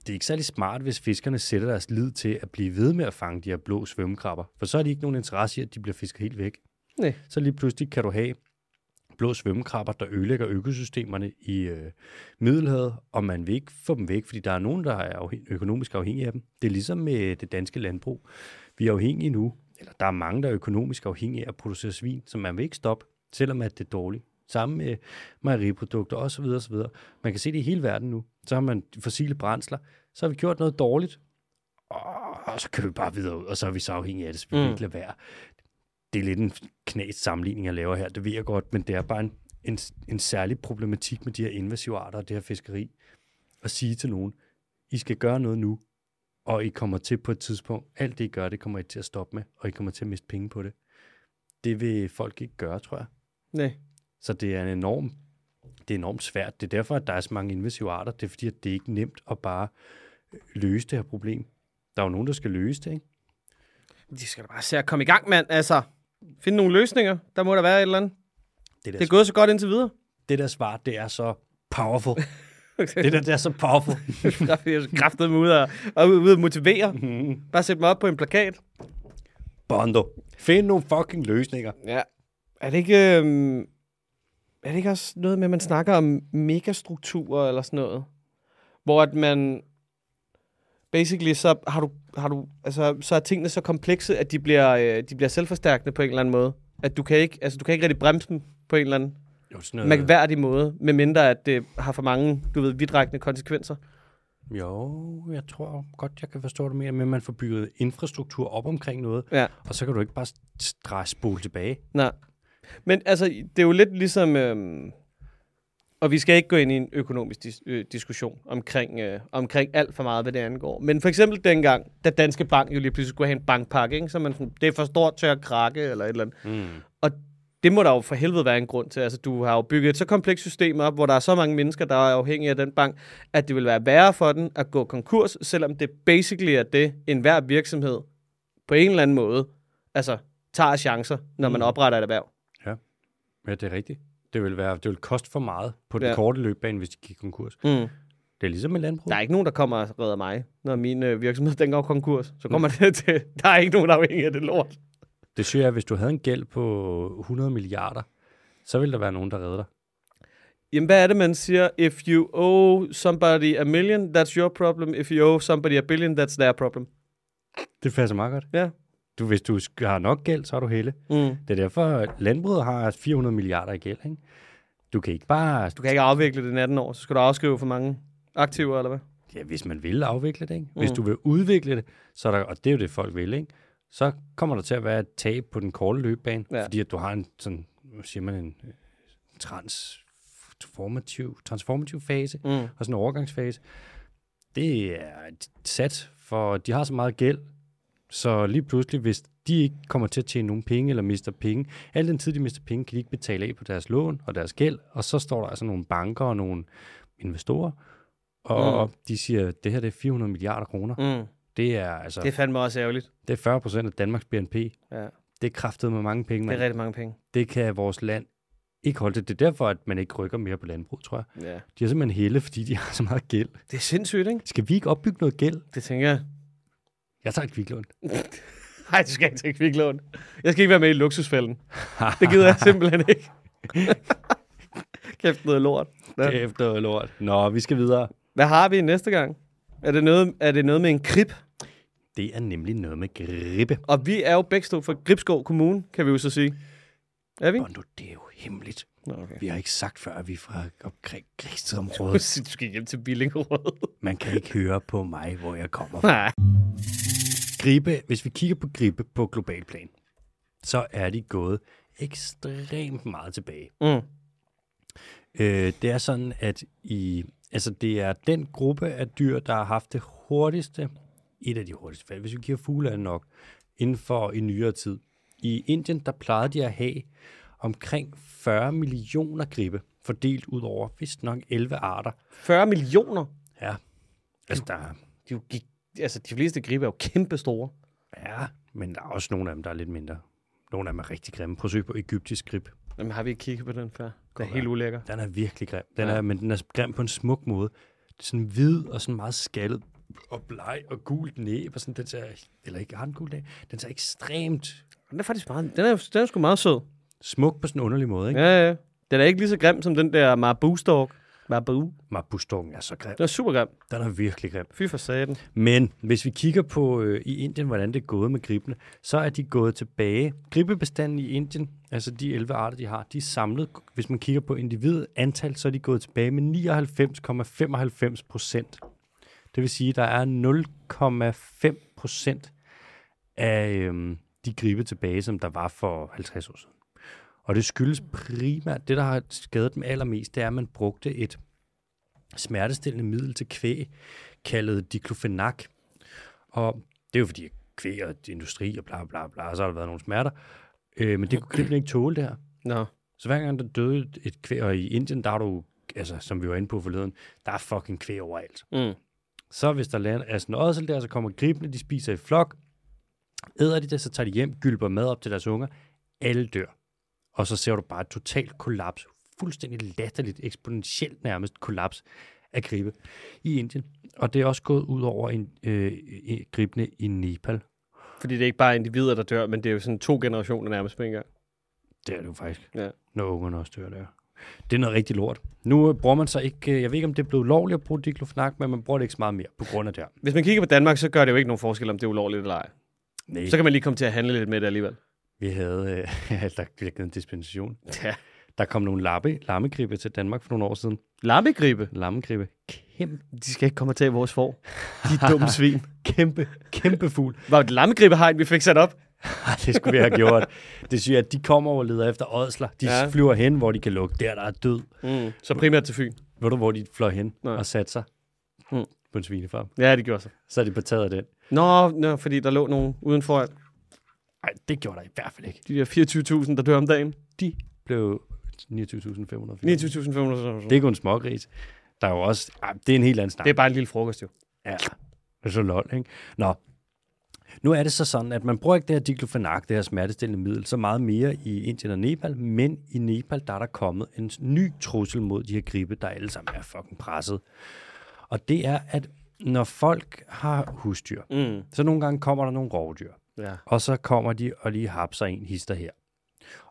S1: Det er ikke særlig smart, hvis fiskerne sætter deres lid til at blive ved med at fange de her blå svømmekrabber, for så har de ikke nogen interesse i, at de bliver fisket helt væk.
S2: Nej.
S1: Så lige pludselig kan du have blå svømmekrabber, der ødelægger økosystemerne i øh, Middelhavet, og man vil ikke få dem væk, fordi der er nogen, der er afhæng- økonomisk afhængige af dem. Det er ligesom med det danske landbrug. Vi er afhængige nu, eller der er mange, der er økonomisk afhængige af at producere svin, så man vil ikke stoppe, selvom at det er dårligt. Samme med mejeriprodukter osv. osv. Man kan se det i hele verden nu. Så har man fossile brændsler, så har vi gjort noget dårligt, og så kan vi bare videre ud, og så er vi så afhængige af det, så vi mm.
S2: Mm.
S1: ikke lade være det er lidt en knas sammenligning, jeg laver her, det ved jeg godt, men det er bare en, en, en særlig problematik med de her invasive arter og det her fiskeri, at sige til nogen, I skal gøre noget nu, og I kommer til på et tidspunkt, alt det I gør, det kommer I til at stoppe med, og I kommer til at miste penge på det. Det vil folk ikke gøre, tror jeg.
S2: Nej.
S1: Så det er en enorm, det er enormt svært. Det er derfor, at der er så mange invasive arter. Det er fordi, at det er ikke nemt at bare øh, løse det her problem. Der er jo nogen, der skal løse det, ikke?
S2: De skal da bare se at komme i gang, mand. Altså, finde nogle løsninger. Der må der være et eller andet.
S1: Det er
S2: Det er gået så godt indtil videre.
S1: det der svar, det er så powerful. det der, det er så powerful.
S2: der er jeg så kraftet mig ud og, og ud at motivere. Bare sætte mig op på en plakat.
S1: Bondo. Find nogle fucking løsninger.
S2: Ja. Er det ikke... Øhm, er det ikke også noget med, at man snakker om megastrukturer eller sådan noget? Hvor at man... Basically, så har du... Har du altså, så er tingene så komplekse, at de bliver, øh, de bliver selvforstærkende på en eller anden måde. At du kan ikke, altså, du kan ikke rigtig bremse dem på en eller anden
S1: Jo, sådan noget.
S2: mærkværdig måde, medmindre at det har for mange, du ved, vidtrækkende konsekvenser.
S1: Jo, jeg tror godt, jeg kan forstå det mere, men man får bygget infrastruktur op omkring noget,
S2: Ja.
S1: og så kan du ikke bare stress spole tilbage.
S2: Nej. Men altså, det er jo lidt ligesom... Øhm, og vi skal ikke gå ind i en økonomisk dis- øh, diskussion omkring, øh, omkring alt for meget, hvad det angår. Men for eksempel dengang, da Danske Bank jo lige pludselig skulle have en bankpakke, ikke? så man sådan, det er for stort til at krakke, eller et eller andet.
S1: Mm.
S2: Og det må der jo for helvede være en grund til. Altså, du har jo bygget et så komplekst system op, hvor der er så mange mennesker, der er afhængige af den bank, at det vil være værre for den at gå konkurs, selvom det basically er det, enhver virksomhed på en eller anden måde, altså tager chancer, når man opretter et erhverv.
S1: Ja, det er rigtigt. Det vil, være, det vil koste for meget på den
S2: Ja.
S1: korte løbbane, hvis de gik konkurs.
S2: Mm.
S1: Det er ligesom med landbrug.
S2: Der er ikke nogen, der kommer og redder mig, når min øh, virksomhed den går konkurs. Så kommer det til, der er ikke nogen, der er afhængig af det lort.
S1: Det synes jeg, hvis du havde en gæld på 100 milliarder, så ville der være nogen, der redder dig.
S2: Jamen, hvad er det, man siger? If you owe somebody a million, that's your problem. If you owe somebody a billion, that's their problem.
S1: Det passer meget godt.
S2: Ja.
S1: Du, hvis du sk- har nok gæld, så er du helle.
S2: Mm.
S1: Det er derfor, at landbruget har 400 milliarder i gæld, ikke? Du kan ikke bare...
S2: Du kan ikke afvikle det i 18 år, så skal du afskrive for mange aktiver, eller hvad?
S1: Ja, hvis man vil afvikle det, ikke? Hvis du vil udvikle det, så er der, og det er jo det, folk vil, ikke? Så kommer der til at være et tab på den korte løbebane, ja.
S2: Ja.
S1: fordi at du har en sådan, hvad siger man, en øh, transformativ, transformativ fase,
S2: Mm.
S1: og sådan en overgangsfase. Det er et sat, for de har så meget gæld, så lige pludselig, hvis de ikke kommer til at tjene nogen penge eller mister penge, al den tid, de mister penge, kan de ikke betale af på deres lån og deres gæld, og så står der altså nogle banker og nogle investorer, og mm. de siger, det her det er 400 milliarder kroner. Mm.
S2: Mm.
S1: Det er altså
S2: Det er
S1: det,
S2: fandme også ærgerligt.
S1: det er 40 procent af Danmarks BNP.
S2: Ja.
S1: Det er kraftet med mange penge,
S2: Det
S1: man.
S2: er
S1: Det,
S2: rigtig mange penge.
S1: det kan vores land ikke holde til. Det er derfor, at man ikke rykker mere på landbrug, tror jeg.
S2: Ja.
S1: De er simpelthen hele, fordi de har så meget gæld.
S2: Det er sindssygt, ikke?
S1: Skal vi ikke opbygge noget gæld?
S2: Det tænker jeg.
S1: Jeg tager et kviklån.
S2: Nej, du skal ikke tage kviklån. Jeg skal ikke være med i luksusfælden. Det gider jeg simpelthen ikke. Kæft noget lort. Ja.
S1: Efter lort. Nå, vi skal videre.
S2: Hvad har vi næste gang? Er det noget, er det noget med en krib?
S1: Det er nemlig noget med gribe.
S2: Og vi er jo begge to fra Gribskov Kommune, kan vi jo så sige. Er vi?
S1: Bondo, det er jo hemmeligt.
S2: Nå, okay.
S1: Vi har ikke sagt før, at vi er fra omkring
S2: Du
S1: Grigstedområdet.
S2: skal hjem til Billingerød.
S1: Man kan ikke høre på mig, hvor jeg kommer fra.
S2: Nej.
S1: Gribe, hvis vi kigger på gribe på global plan, så er de gået ekstremt meget tilbage.
S2: Mm.
S1: Øh, det er sådan, at i, altså det er den gruppe af dyr, der har haft det hurtigste, et af de hurtigste fald, hvis vi giver fugle er det nok, inden for en nyere tid. I Indien, der plejede de at have omkring 40 millioner gribe, fordelt ud over vist nok 11 arter.
S2: 40 millioner?
S1: Ja, altså der er-
S2: De, er jo gig- altså, de fleste gribe er jo kæmpe store.
S1: ja, men der er også nogle af dem, der er lidt mindre. Nogle af dem er rigtig grimme. Prøv at søge på egyptisk grib.
S2: Jamen, har vi ikke kigget på den før? Det er helt ulækker.
S1: Den er virkelig grim. Den
S2: Ja.
S1: er, men den er grim på en smuk måde. sådan hvid og sådan meget skaldet og bleg og gult næb, og sådan, den ser, eller ikke har den gul næb, den ser ekstremt
S2: Den er faktisk meget, den er, den er sgu meget sød.
S1: smuk på sådan en underlig måde, ikke? Ja.
S2: Ja, ja. Den er ikke lige så grim som den der Marabou Stork. Marabou.
S1: Mabustorken er så grim.
S2: Den er super grim.
S1: Den er virkelig grim.
S2: Fy for satan.
S1: Men hvis vi kigger på øh, i Indien, hvordan det er gået med gribene, så er de gået tilbage. Gribebestanden i Indien, altså de 11 arter, de har, de er samlet, hvis man kigger på individet antal, så er de gået tilbage med 99,95 procent. Det vil sige, at der er 0,5 procent af øhm, de gribe tilbage, som der var for 50 år siden. Og det skyldes primært, det der har skadet dem allermest, det er, at man brugte et smertestillende middel til kvæg, kaldet diclofenac. Og det er jo fordi, at kvæg og industri og bla bla bla, så har der været nogle smerter. Øh, men det kunne gribene ikke tåle det her.
S2: Nå.
S1: Så hver gang der døde et kvæg, og i Indien, der er du, altså som vi var inde på forleden, der er fucking kvæg overalt.
S2: Mm.
S1: Så hvis der land- er sådan en ådsel der, så kommer gribene, de spiser i flok, æder de det, så tager de hjem, gylper mad op til deres unger, alle dør. Og så ser du bare et totalt kollaps, fuldstændig latterligt, eksponentielt nærmest kollaps af gribe i Indien. Og det er også gået ud over en, øh, øh, gribene i Nepal.
S2: Fordi det er ikke bare individer, der dør, men det er jo sådan to generationer nærmest på en gang.
S1: Det er det jo faktisk.
S2: Ja.
S1: Når ungerne også dør der. Det er noget rigtig lort. Nu øh, bruger man så ikke, øh, jeg ved ikke om det er blevet lovligt at bruge diclofenac, men man bruger det ikke så meget mere på grund af det her.
S2: Hvis man kigger på Danmark, så gør det jo ikke nogen forskel, om det er ulovligt eller ej.
S1: Nej.
S2: Så kan man lige komme til at handle lidt med det alligevel.
S1: Vi havde, øh, der blev givet en dispensation.
S2: Ja.
S1: Der kom nogle lappe, lammegribe til Danmark for nogle år siden.
S2: Lammegribe.
S1: Lammegribe. Kæmpe,
S2: De skal ikke komme og tage vores for. De dumme svin.
S1: kæmpe, kæmpe fugl.
S2: Var det et lammegribehegn, vi fik sat op?
S1: Ej, det skulle vi have gjort. Det siger, at de kommer og leder efter ådsler. De
S2: Ja.
S1: ja. flyver hen, hvor de kan lukke. Der, der er død.
S2: Mm. Så primært til Fyn.
S1: Ved du, hvor de fløj hen
S2: Nej.
S1: Nej. og satte sig?
S2: Mm.
S1: På en svinefarm.
S2: Ja, det gjorde så.
S1: Så er de på taget af den.
S2: Nå, nå, fordi der lå nogen udenfor.
S1: Nej, det gjorde der i hvert fald ikke.
S2: De der 24.000, der dør om dagen.
S1: De blev 29.500. 29.
S2: 29.500.
S1: Det er kun en smågris. Der er jo også... Ej, det er en helt anden snak.
S2: Det er bare en lille frokost, jo.
S1: Ja, det er så lol, ikke? Nå, nu er det så sådan, at man bruger ikke det her diclofenac, det her smertestillende middel, så meget mere i Indien og Nepal, men i Nepal, der er der kommet en ny trussel mod de her gribe, der alle sammen er fucking presset. Og det er, at når folk har husdyr,
S2: Mm.
S1: så nogle gange kommer der nogle rovdyr,
S2: Ja.
S1: og så kommer de og lige hapser en hister her.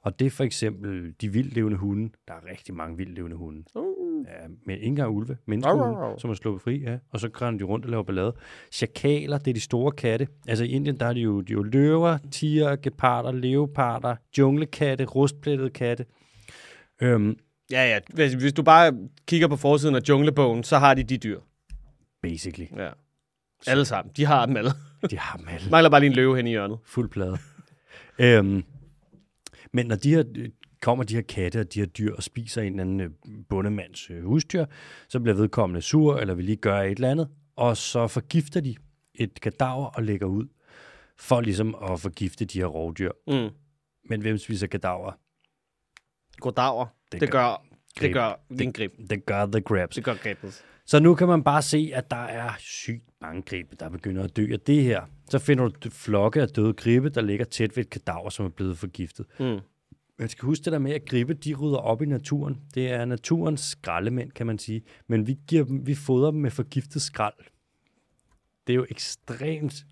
S1: Og det er for eksempel de vildlevende hunde. Der er rigtig mange vildlevende hunde.
S2: Uh.
S1: Ja, men ikke engang ulve.
S2: Au, au, au.
S1: Menneskehunde, som er sluppet fri, ja. Og så grænder de rundt og laver ballade. Chakaler, det er de store katte. Altså i Indien, der er de jo, de er jo løver, tiger, geparder, leoparder, junglekatte, rustplettede katte. Øhm,
S2: Ja, ja. Hvis, hvis du bare kigger på forsiden af junglebogen, så har de de dyr.
S1: basically.
S2: Ja. Alle sammen. De har dem alle.
S1: De har dem alle.
S2: Mangler bare lige en løve hen i hjørnet.
S1: Fuld plade. øhm, men når de her, øh, kommer de her katte og de her dyr og spiser en eller anden øh, bondemands øh, husdyr, så bliver vedkommende sur, eller vil lige gøre et eller andet, og så forgifter de et kadaver og lægger ud, for ligesom at forgifte de her rovdyr.
S2: Mm.
S1: Men hvem spiser kadaver?
S2: Godaver. Det,
S1: Det
S2: det
S1: gør-
S2: gør, det
S1: grib.
S2: gør en grib.
S1: Det gør the grabs.
S2: Det gør gribet.
S1: Så nu kan man bare se, at der er sygt mange gribe, der begynder at dø af det her. Så finder du d- flokke af døde gribe, der ligger tæt ved et kadaver, som er blevet forgiftet.
S2: Mm.
S1: Man skal huske det der med, at gribe, de rydder op i naturen. Det er naturens skraldemænd, kan man sige. Men vi, giver dem, vi fodrer dem med forgiftet skrald. Det er jo ekstremt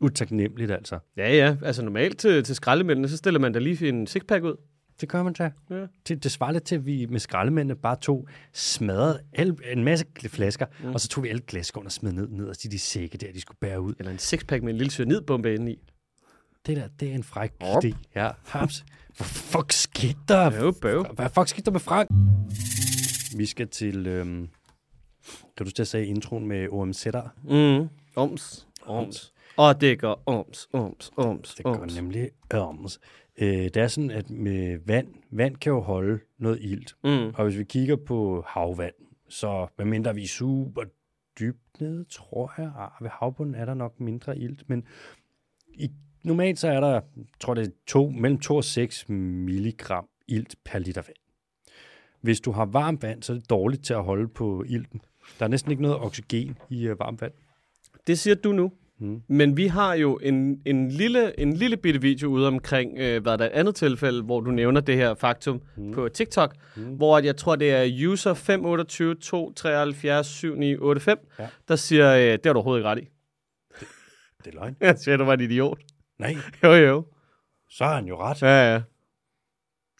S1: utaknemmeligt, altså.
S2: Ja, ja. Altså normalt til, til skraldemændene, så stiller man da lige en sixpack ud.
S1: Det gør man da.
S2: Ja.
S1: Det, det svarer lidt til, at vi med skraldemændene bare tog smadret alle, en masse gl- flasker, mm. og så tog vi alle glasskårene og smed ned, ned i de sække der, de skulle bære ud.
S2: Eller en sixpack med en lille syrenidbombe indeni.
S1: Det der, det er en fræk
S2: Op.
S1: idé. Ja, haps. Hvor fuck skete der?
S2: Bøv, bøv.
S1: Hvad fuck skete der med Frank? Vi skal til... Øhm, kan du huske, jeg sagde i introen med OMZ'er?
S2: Mm. Oms. Oms. Og det gør oms, oms, oms,
S1: Det gør
S2: oms.
S1: nemlig ørmes. Øh, det er sådan, at med vand, vand kan jo holde noget ilt.
S2: Mm.
S1: Og hvis vi kigger på havvand, så medmindre vi er super dybt nede, tror jeg, ah, ved havbunden er der nok mindre ilt, men i, normalt så er der, tror det er to, mellem 2 og 6 milligram ilt per liter vand. Hvis du har varmt vand, så er det dårligt til at holde på ilten. Der er næsten ikke noget oxygen i uh, øh, varmt vand.
S2: Det siger du nu.
S1: Mm.
S2: Men vi har jo en, en, lille, en lille bitte video ude omkring, øh, hvad er der et andet tilfælde, hvor du nævner det her faktum mm. på TikTok, mm. hvor at jeg tror, det er user 528273795,
S1: Ja.
S2: ja. der siger, øh, det har du overhovedet ikke ret i.
S1: Det er løgn.
S2: Jeg siger, du var en idiot.
S1: Nej,
S2: Jo, jo.
S1: så har han jo ret.
S2: Ja, ja.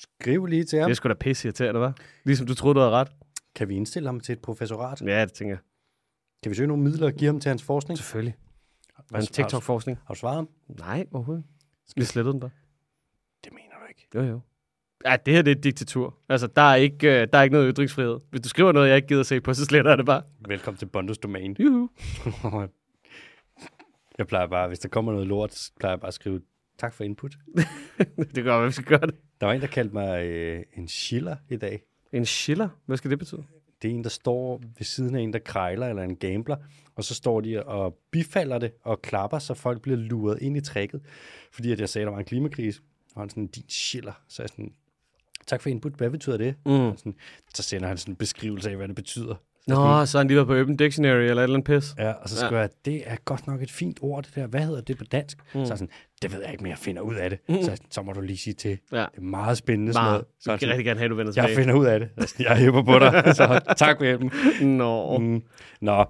S1: Skriv lige til ham.
S2: Det er sgu da pisse irriterende, hva'? Ligesom du troede, du havde ret.
S1: Kan vi indstille ham til et professorat?
S2: Ja, det tænker jeg.
S1: Kan vi søge nogle midler og give ham til hans forskning?
S2: Selvfølgelig.
S1: Hvad-
S2: Hans TikTok-forskning.
S1: Har, har du svaret ham?
S2: Nej, overhovedet. Vi slettede den bare.
S1: Det mener du ikke.
S2: Jo, jo. Ja, det her det er et diktatur. Altså, der er, ikke, øh, der er ikke noget ytringsfrihed. Hvis du skriver noget, jeg ikke gider se på, så sletter jeg det bare.
S1: Velkommen til Bondos Domain.
S2: Juhu.
S1: jeg plejer bare, hvis der kommer noget lort, så plejer jeg bare at skrive, tak for input.
S2: det gør, hvad vi skal gøre det.
S1: Der var en, der kaldte mig øh, en schiller i dag.
S2: En schiller? Hvad skal det betyde?
S1: Det er en, der står ved siden af en, der krejler eller en gambler, og så står de og bifalder det og klapper, så folk bliver luret ind i trækket, fordi at jeg sagde, at der var en klimakrise. Og han sådan, din schiller. Så er jeg sådan, tak for input, hvad betyder det? Mm. Sådan, så sender han sådan en beskrivelse af, hvad det betyder.
S2: Nå, så har han lige været på Open Dictionary eller et eller andet pis.
S1: Ja, og så skriver ja. jeg, det er godt nok et fint ord, det der. Hvad hedder det på dansk? Mm. Så er jeg sådan, det ved jeg ikke, men jeg finder ud af det. Mm. Så, er jeg sådan, så må du lige sige til.
S2: Ja.
S1: Det er meget spændende. sådan
S2: Bare,
S1: noget. Så er
S2: jeg
S1: han
S2: vil
S1: sådan,
S2: rigtig gerne have, at du vender
S1: jeg
S2: tilbage.
S1: finder ud af det. Jeg er sådan, Jeg hjælper på dig, så tak for hjælpen.
S2: Nå.
S1: Mm. Nå,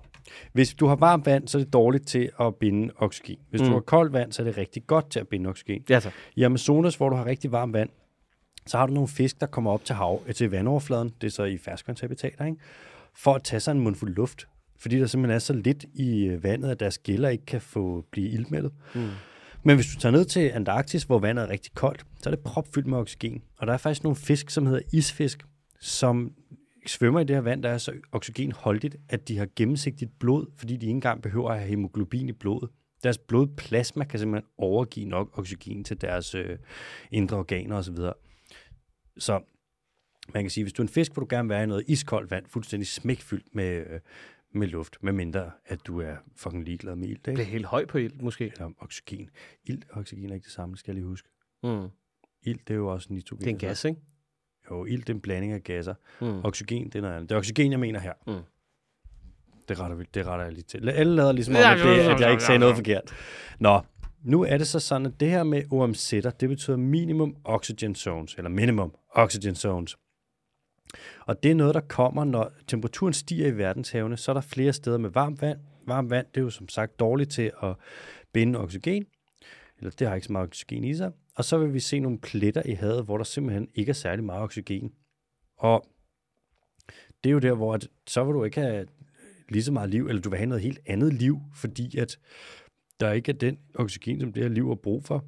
S1: hvis du har varmt vand, så er det dårligt til at binde oxygen. Hvis mm. du har koldt vand, så er det rigtig godt til at binde oxygen.
S2: Ja, så.
S1: I Amazonas, hvor du har rigtig varmt vand, så har du nogle fisk, der kommer op til hav, øh, til vandoverfladen, det er så i ferskvandshabitater, ikke? for at tage sig en mundfuld luft. Fordi der simpelthen er så lidt i øh, vandet, at deres gælder ikke kan få blive ildmældet. Mm. Men hvis du tager ned til Antarktis, hvor vandet er rigtig koldt, så er det propfyldt med oxygen. Og der er faktisk nogle fisk, som hedder isfisk, som svømmer i det her vand, der er så oxygenholdigt, at de har gennemsigtigt blod, fordi de ikke engang behøver at have hemoglobin i blodet. Deres blodplasma kan simpelthen overgive nok oxygen til deres øh, indre organer osv. Så man kan sige, hvis du er en fisk, vil du gerne være i noget iskoldt vand, fuldstændig smækfyldt med, øh, med luft, medmindre at du er fucking ligeglad med ilt,
S2: Bliver
S1: ikke?
S2: helt høj på ild, måske.
S1: Eller om oxygen. Ilt og oxygen er ikke det samme, det skal jeg lige huske.
S2: Mm.
S1: Ilt, det er jo også nitrogen. altså.
S2: Det er en gas, ikke?
S1: Jo, ilt, det er en blanding af gasser.
S2: Mm.
S1: Oxygen, det er noget andet. Det er oxygen, jeg mener her.
S2: Mm.
S1: Det retter, vi, det retter jeg lige til. La- Alle lader ligesom om,
S2: Ja,
S1: at, det,
S2: ja,
S1: at jeg ikke
S2: ja,
S1: sagde
S2: ja.
S1: noget forkert. Nå, nu er det så sådan, at det her med OMZ'er, det betyder minimum oxygen zones, eller minimum oxygen zones. Og det er noget, der kommer, når temperaturen stiger i verdenshavene, så er der flere steder med varmt vand. Varmt vand, det er jo som sagt dårligt til at binde oxygen, eller det har ikke så meget oxygen i sig. Og så vil vi se nogle pletter i havet, hvor der simpelthen ikke er særlig meget oxygen. Og det er jo der, hvor at, så vil du ikke have lige så meget liv, eller du vil have noget helt andet liv, fordi at der ikke er den oxygen, som det her liv har brug for.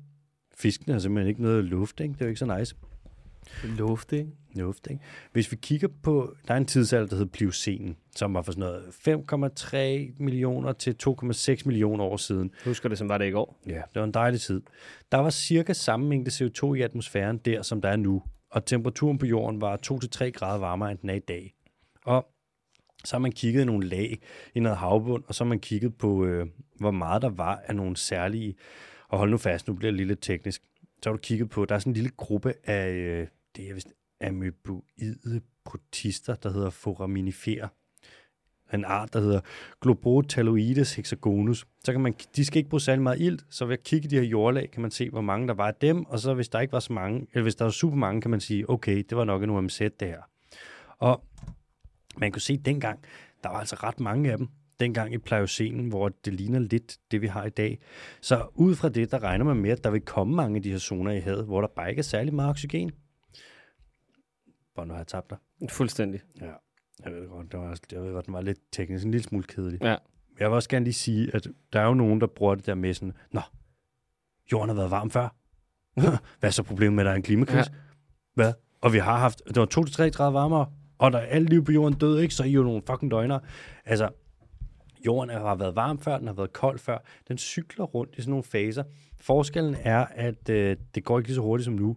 S1: Fiskene har simpelthen ikke noget luft, ikke? det er jo ikke så nice.
S2: Luft, ikke?
S1: Luft, ikke? Hvis vi kigger på, der er en tidsalder, der hedder Pliocenen, som var for sådan noget 5,3 millioner til 2,6 millioner år siden.
S2: Jeg husker det, som var det i går.
S1: Ja, det var en dejlig tid. Der var cirka samme mængde CO2 i atmosfæren der, som der er nu, og temperaturen på jorden var 2-3 grader varmere, end den er i dag. Og så har man kigget i nogle lag i noget havbund, og så har man kigget på, øh, hvor meget der var af nogle særlige, og hold nu fast, nu bliver det lige lidt teknisk, så har du kigget på, der er sådan en lille gruppe af, øh, det er vist amøboide protister, der hedder foraminifere en art, der hedder Globotaloides hexagonus. Så kan man, de skal ikke bruge særlig meget ilt, så ved at kigge i de her jordlag, kan man se, hvor mange der var af dem, og så hvis der ikke var så mange, eller hvis der var super mange, kan man sige, okay, det var nok en UMZ det her. Og man kunne se dengang, der var altså ret mange af dem, dengang i Pliocenen, hvor det ligner lidt det, vi har i dag. Så ud fra det, der regner man med, at der vil komme mange af de her zoner i havet, hvor der bare ikke er særlig meget oxygen. Bare nu har jeg tabt dig.
S2: Fuldstændig.
S1: Ja, jeg ved godt, det var, jeg ved godt, den var lidt teknisk, en lille smule kedelig.
S2: Ja.
S1: Jeg vil også gerne lige sige, at der er jo nogen, der bruger det der med sådan, Nå, jorden har været varm før. Hvad er så problemet med, at der er en klimakrise? Ja. Hvad? Og vi har haft, det var 2-3 grader varmere, og der er alt liv på jorden døde, ikke? Så I er jo nogle fucking døgner. Altså, jorden har været varm før, den har været kold før. Den cykler rundt i sådan nogle faser. Forskellen er, at øh, det går ikke lige så hurtigt som nu.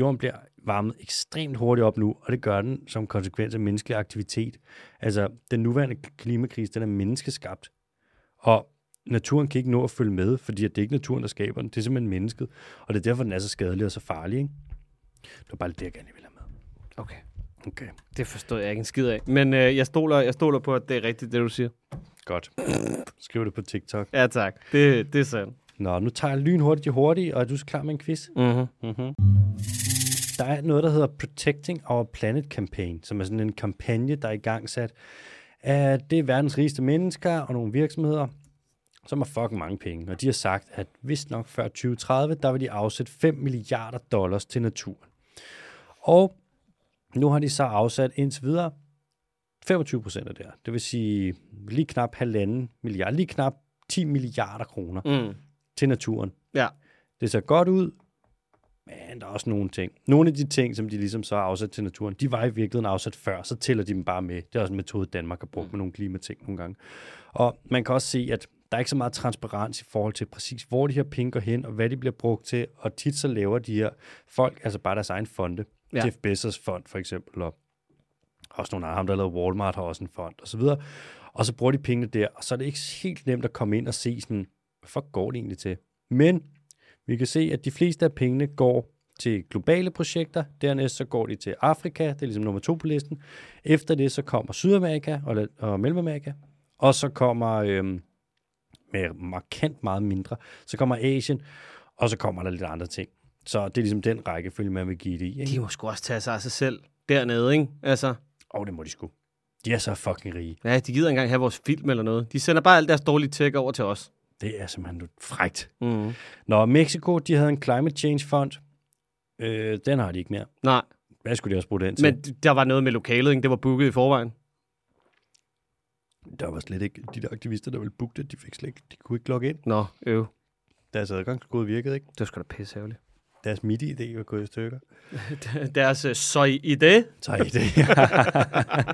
S1: Jorden bliver varmet ekstremt hurtigt op nu, og det gør den som konsekvens af menneskelig aktivitet. Altså, den nuværende klimakrise, den er menneskeskabt. Og naturen kan ikke nå at følge med, fordi at det er ikke naturen, der skaber den. Det er simpelthen mennesket. Og det er derfor, den er så skadelig og så farlig. Ikke? Det var bare lidt det, jeg gerne ville have med.
S2: Okay.
S1: Okay.
S2: Det forstod jeg ikke en skid af. Men øh, jeg, stoler, jeg stoler på, at det er rigtigt, det du siger.
S1: Godt. Skriv det på TikTok.
S2: Ja, tak. Det, det er sandt.
S1: Nå, nu tager jeg lynhurtigt de hurtige, og er du så klar med en quiz?
S2: Mm-hmm.
S1: Der er noget, der hedder Protecting Our Planet Campaign, som er sådan en kampagne, der er i gang sat af det er verdens rigeste mennesker og nogle virksomheder, som har fucking mange penge. Og de har sagt, at hvis nok før 2030, der vil de afsætte 5 milliarder dollars til naturen. Og nu har de så afsat indtil videre 25 procent af det her. Det vil sige lige knap halvanden milliard, lige knap 10 milliarder kroner
S2: Mm.
S1: til naturen.
S2: Ja.
S1: Det ser godt ud, men der er også nogle ting. Nogle af de ting, som de ligesom så har afsat til naturen, de var i virkeligheden afsat før, så tæller de dem bare med. Det er også en metode, Danmark har brugt med nogle klimating nogle gange. Og man kan også se, at der er ikke så meget transparens i forhold til præcis, hvor de her penge går hen, og hvad de bliver brugt til, og tit så laver de her folk, altså bare deres egen fonde.
S2: Ja.
S1: Ja. Jeff Bezos fond for eksempel, og også nogle af ham, der lavede Walmart, har også en fond og så videre. Og så bruger de pengene der, og så er det ikke helt nemt at komme ind og se sådan, hvad fuck går det egentlig til? Men vi kan se, at de fleste af pengene går til globale projekter, dernæst så går de til Afrika, det er ligesom nummer to på listen. Efter det så kommer Sydamerika og, La- og Mellemamerika, og så kommer, øhm, med markant meget mindre, så kommer Asien, og så kommer der lidt andre ting. Så det er ligesom den rækkefølge, man vil give det i. Ikke?
S2: De må sgu også tage sig af sig selv dernede, ikke? Altså,
S1: Og det må de sgu. De er så fucking rige.
S2: ja, de gider ikke engang have vores film eller noget. De sender bare alt deres dårlige tech over til os.
S1: Det er simpelthen frægt.
S2: Mm.
S1: Nå, Mexico, de havde en climate change fond. Øh, den har de ikke mere.
S2: Nej,
S1: Hvad skulle de også bruge den til?
S2: men der var noget med lokalet, ikke? Det var booket i forvejen.
S1: der var slet ikke de der aktivister, der ville booke det. De, fik slet ikke, de kunne ikke logge ind.
S2: Nå, øv.
S1: Deres adgangskode virkede ikke.
S2: Det var sgu da pissehævligt.
S1: Deres midi-idé var gået i stykker.
S2: deres øh, soy i det.
S1: Så i det.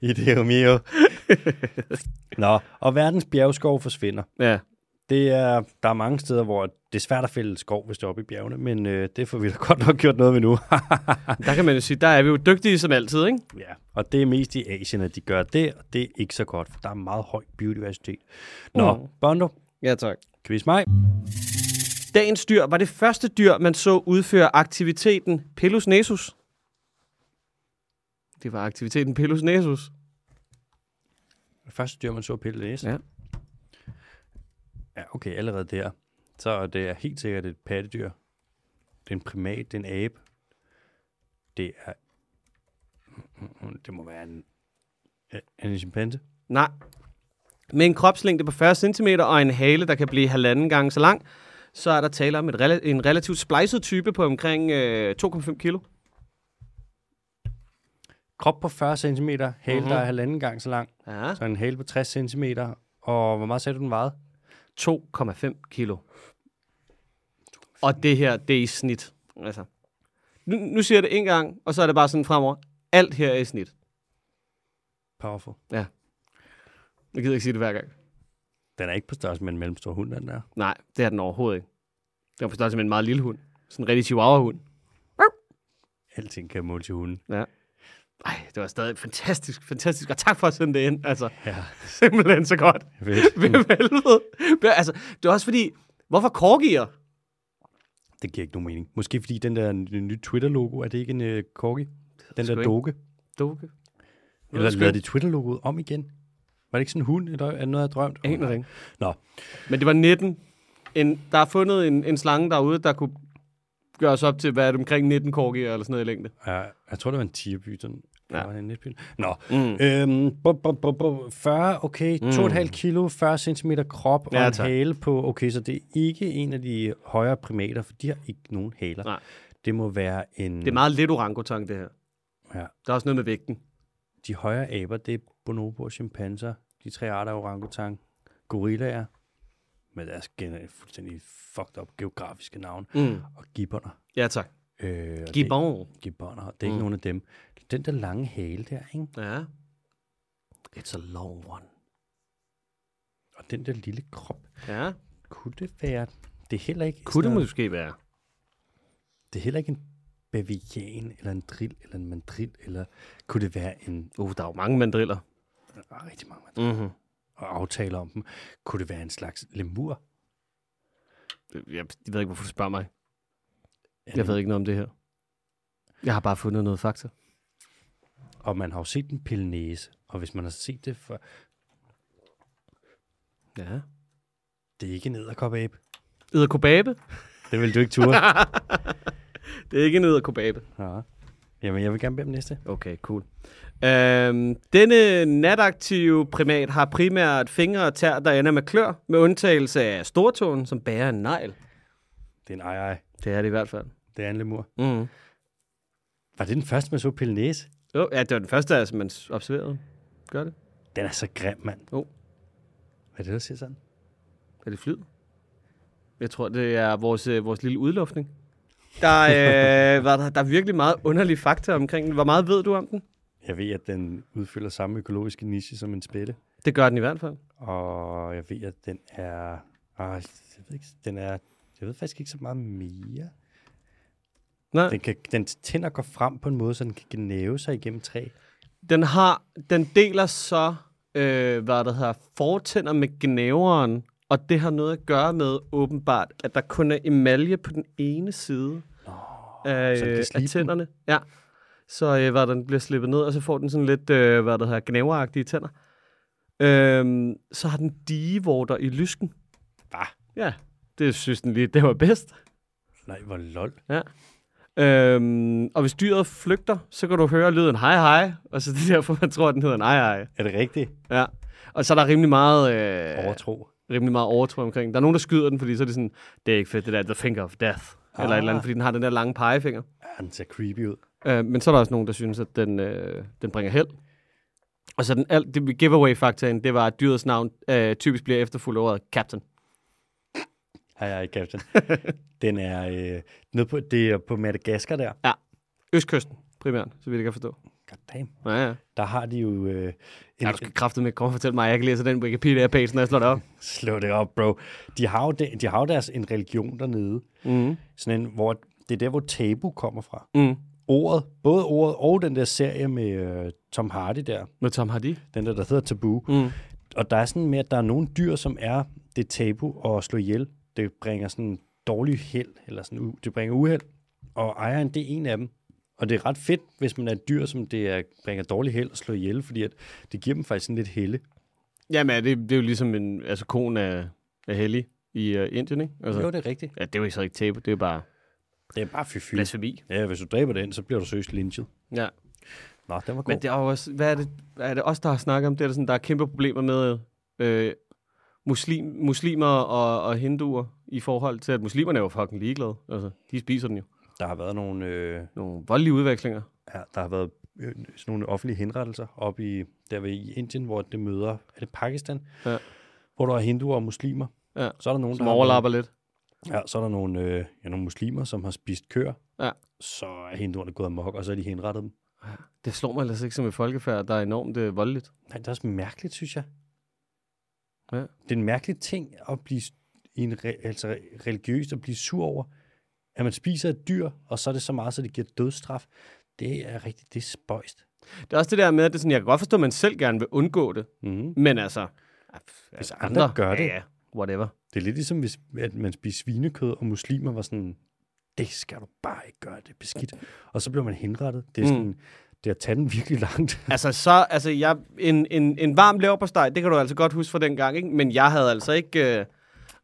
S1: I det jo mio. Nå, og verdens bjergskov forsvinder.
S2: Ja.
S1: Det er, der er mange steder, hvor det er svært at fælde skov, hvis det er oppe i bjergene, men øh, det får vi da godt nok gjort noget ved nu.
S2: Der kan man jo sige, der er vi jo dygtige som altid, ikke?
S1: Ja, og det er mest i Asien, at de gør det, og det er ikke så godt, for der er meget høj biodiversitet. Nå,
S2: Mm.
S1: mm. Bondo,
S2: Ja, tak.
S1: quiz mig.
S2: Dagens dyr var det første dyr, man så udføre aktiviteten Pelus Nesus. Det var aktiviteten Pelus Nesus.
S1: Det første dyr, man så pille næse.
S2: Ja.
S1: Ja, okay, allerede der. Så er det er helt sikkert et pattedyr. Det er en primat, det er en abe. Det er... Det må være en... ja, En chimpanse.
S2: Nej. Med en kropslængde på 40 cm og en hale, der kan blive halvanden gang så lang, så er der tale om et rela- en relativt splejset type på omkring øh, 2,5 kilo.
S1: Krop på 40 cm, hale,
S2: Mhm.
S1: mm-hmm. der er halvanden gang så lang.
S2: Ja.
S1: Så en hale på 60 cm. Og hvor meget sagde du, den vejede?
S2: 2,5 kilo. Og det her, det er i snit. Altså. Nu, nu siger jeg det en gang, og så er det bare sådan fremover. Alt her er i snit.
S1: Powerful.
S2: Jeg gider ikke sige det hver gang.
S1: Den er ikke på størrelse med en mellemstor hund, den der.
S2: Nej, det er den overhovedet ikke. Den er på størrelse med en meget lille hund. Sådan en rigtig chihuahua-hund.
S1: Alting kan måle til hunden.
S2: Ej, det var stadig fantastisk, fantastisk. Og tak for at sende det ind. Altså,
S1: Ja,
S2: simpelthen så godt. Hvem helvede? Hvem- Altså, det er også fordi, hvorfor korgier?
S1: det giver ikke nogen mening. Måske fordi den der n- nye Twitter-logo, er det ikke en uh, korgi? Den
S2: sgu
S1: der
S2: ikke.
S1: doge?
S2: Dukke.
S1: Eller
S2: sgu
S1: lavede
S2: ikke.
S1: de Twitter-logoet om igen? Var det ikke sådan en hund, eller er det noget, jeg drømt?
S2: Aner det ikke.
S1: Nå,
S2: Men det var 19. En, der er fundet en, en slange derude, der kunne gøres op til, hvad er det, omkring 19 korgier eller sådan noget i længde.
S1: jeg, jeg tror, det var en tierby. Sådan.
S2: Ja.
S1: Ja. Var det en netby? Nå,
S2: Mm.
S1: øhm, bu, bu, bu, bu, 40, okay,
S2: Mm.
S1: mm. 2,5 kilo, 40 cm krop
S2: Ja,
S1: og en
S2: tak.
S1: hale på. Okay, så det er ikke en af de højere primater, for de har ikke nogen haler.
S2: Nej.
S1: Det må være en...
S2: Det er meget lidt orangutang, det her.
S1: Ja.
S2: Der er også noget med vægten.
S1: De højere aber, det er bonobo og chimpanser. De tre arter af orangutang. Gorillaer. Med deres gen- fuldstændig fucked up geografiske navn.
S2: Mm.
S1: Og gibboner.
S2: Ja, tak.
S1: Øh, og det-
S2: Gibbon.
S1: Gibboner. Det er ikke
S2: Mm.
S1: mm. nogen af dem. Den der lange hale der, ikke?
S2: Ja. It's a long one.
S1: Og den der lille krop.
S2: Ja.
S1: Kunne det være... Det er heller ikke...
S2: Kunne det
S1: sådan noget-
S2: måske være?
S1: det er heller ikke en bavian, eller en drill, eller en mandrill, eller kunne det være en...
S2: Uh, der er jo mange mandriller.
S1: Der er rigtig mange mandriller,
S2: Mm-hmm.
S1: og aftaler om dem. Kunne det være en slags lemur?
S2: Jeg, Øh, jeg ved ikke, hvorfor du spørger mig.
S1: Er
S2: Jeg
S1: det-
S2: ved ikke noget om det her. Jeg har bare fundet noget fakta.
S1: Og man har jo set den pille næse. Og hvis man har set det for...
S2: Ja.
S1: Det er ikke en æderkopabe.
S2: Yderkobabe?
S1: Det vil du ikke ture.
S2: Det er ikke en yderkobabe.
S1: ja. Jamen, jeg vil gerne bede om næste.
S2: Okay, cool. Øhm, denne nataktive primat har primært fingre og tær, der ender med klør, med undtagelse af stortåen, som bærer en negl.
S1: Det er en ej, ej.
S2: Det er det i hvert fald.
S1: Det er en lemur.
S2: Mm.
S1: Var det den første, man så pille næse?
S2: Jo, ja, det var den første, altså, man s- observerede. Gør det?
S1: Den er så grim, mand.
S2: Jo.
S1: Hvad er det, der siger sådan?
S2: Er det flyd? Jeg tror, det er vores, øh, vores lille udluftning. Der, er, øh, var der, der er virkelig meget underlige fakta omkring den. Hvor meget ved du om den?
S1: Jeg ved, at den udfylder samme økologiske niche som en spætte.
S2: Det gør den i hvert fald.
S1: Og jeg ved, at den er... Ah, jeg ved ikke, den er... Jeg ved faktisk ikke så meget mere.
S2: Nej.
S1: Den, kan, den tænder går frem på en måde, så den kan gnæve sig igennem træ.
S2: Den har, den deler så, øh, hvad der hedder, fortænder med gnæveren, og det har noget at gøre med, åbenbart, at der kun er emalje på den ene side af,
S1: så den kan
S2: øh, af
S1: slibe den.
S2: tænderne. Ja. Så øh, hvad der, den bliver slippet ned, og så får den sådan lidt, øh, hvad der hedder, gnæveragtige tænder. Øhm, så har den digevorter i lysken.
S1: Bah.
S2: Ja, det synes den lige, det var bedst.
S1: Nej, hvor lol.
S2: Øhm, og hvis dyret flygter, så kan du høre lyden hej hej, og så det er derfor, man tror, at den hedder en hej hej.
S1: Er det rigtigt?
S2: Ja, og så er der rimelig meget, øh,
S1: Overtro.
S2: rimelig meget overtro omkring. den. Der er nogen, der skyder den, fordi så er det sådan, det er ikke fedt, det der the finger of death, ah. eller et eller andet, fordi den har den der lange pegefinger.
S1: Ja, den ser creepy ud.
S2: Øh, men så er der også nogen, der synes, at den, øh, den bringer held. Og så den alt, det giveaway-faktoren, det var, at dyrets navn øh, typisk bliver efterfulgt af ordet captain.
S1: Hej, hej, Captain. den er øh, nede på, det er på Madagaskar der.
S2: Østkysten, primært, så vidt jeg kan forstå.
S1: Goddamn.
S2: Ja, ja.
S1: Der har de jo... Øh, en,
S2: ja du skal kraftet med komme og fortælle mig, at jeg ikke læser den Wikipedia-page, når jeg slår det op.
S1: Slå det op, bro. De har jo, de, de har jo deres en religion dernede.
S2: Mm.
S1: Sådan en, hvor, det er der, hvor tabu kommer fra.
S2: Mm.
S1: Ordet, både ordet og den der serie med øh, Tom Hardy der,
S2: Med Tom Hardy.
S1: den der, der hedder Tabu.
S2: Mm.
S1: Og der er sådan med, at der er nogle dyr, som er det tabu at slå ihjel. Det bringer sådan dårlig held, eller sådan, u- det bringer uheld. Og ejeren, det er en af dem. Og det er ret fedt, hvis man er et dyr, som det er, bringer dårlig held at slå ihjel, fordi at det giver dem faktisk sådan lidt helle.
S2: Jamen, ja, det, det er jo ligesom en, altså konen af, af Hellig i uh, Indien, ikke? Altså,
S1: Jo, det er rigtigt.
S2: Ja, det er jo så ikke tabu, det er bare
S1: Det er bare fy
S2: blasfemi.
S1: Ja, hvis du dræber den, så bliver du søst lynchet.
S2: Ja.
S1: Nå, den var god.
S2: Men det er jo også, hvad er det, hvad er det også, der har snakket om det, er der, sådan, der er kæmpe problemer med øh, muslim, muslimer og, og hinduer i forhold til, at muslimerne er jo fucking ligeglade. Altså, de spiser den jo.
S1: Der har været nogle, øh,
S2: Nogle voldelige udvekslinger.
S1: ja, der har været øh, sådan nogle offentlige henrettelser op i, der ved i Indien, hvor det møder, er det Pakistan?
S2: Ja.
S1: Hvor der er hinduer og muslimer.
S2: Ja.
S1: Så er der nogen,
S2: Som
S1: der har
S2: overlapper lidt.
S1: Ja, så er der nogle, øh, ja, nogle muslimer, som har spist køer.
S2: Ja.
S1: Så er hinduerne gået amok, og så er de henrettet dem.
S2: Det slår mig ellers ikke som et folkefærd, der er enormt øh, voldeligt.
S1: Nej, det er også mærkeligt, synes jeg.
S2: Ja.
S1: Det er en mærkelig ting at blive s- i en re, altså religiøst at blive sur over, at man spiser et dyr, og så er det så meget, så det giver dødsstraf. Det er rigtigt, det er spøjst.
S2: Det er også det der med, at det er sådan, jeg kan godt forstå, at man selv gerne vil undgå det,
S1: Mm.
S2: men altså... Hvis
S1: andre gør det.
S2: Ja, ja, whatever.
S1: Det er lidt ligesom, hvis at man spiser svinekød, og muslimer var sådan, det skal du bare ikke gøre, det er beskidt. Og så blev man henrettet. Det er
S2: Mm.
S1: sådan, det er at tage den virkelig langt.
S2: Altså, så, altså jeg, en, en, en varm leverpostej, det kan du altså godt huske fra den gang, ikke? men jeg havde altså ikke, øh,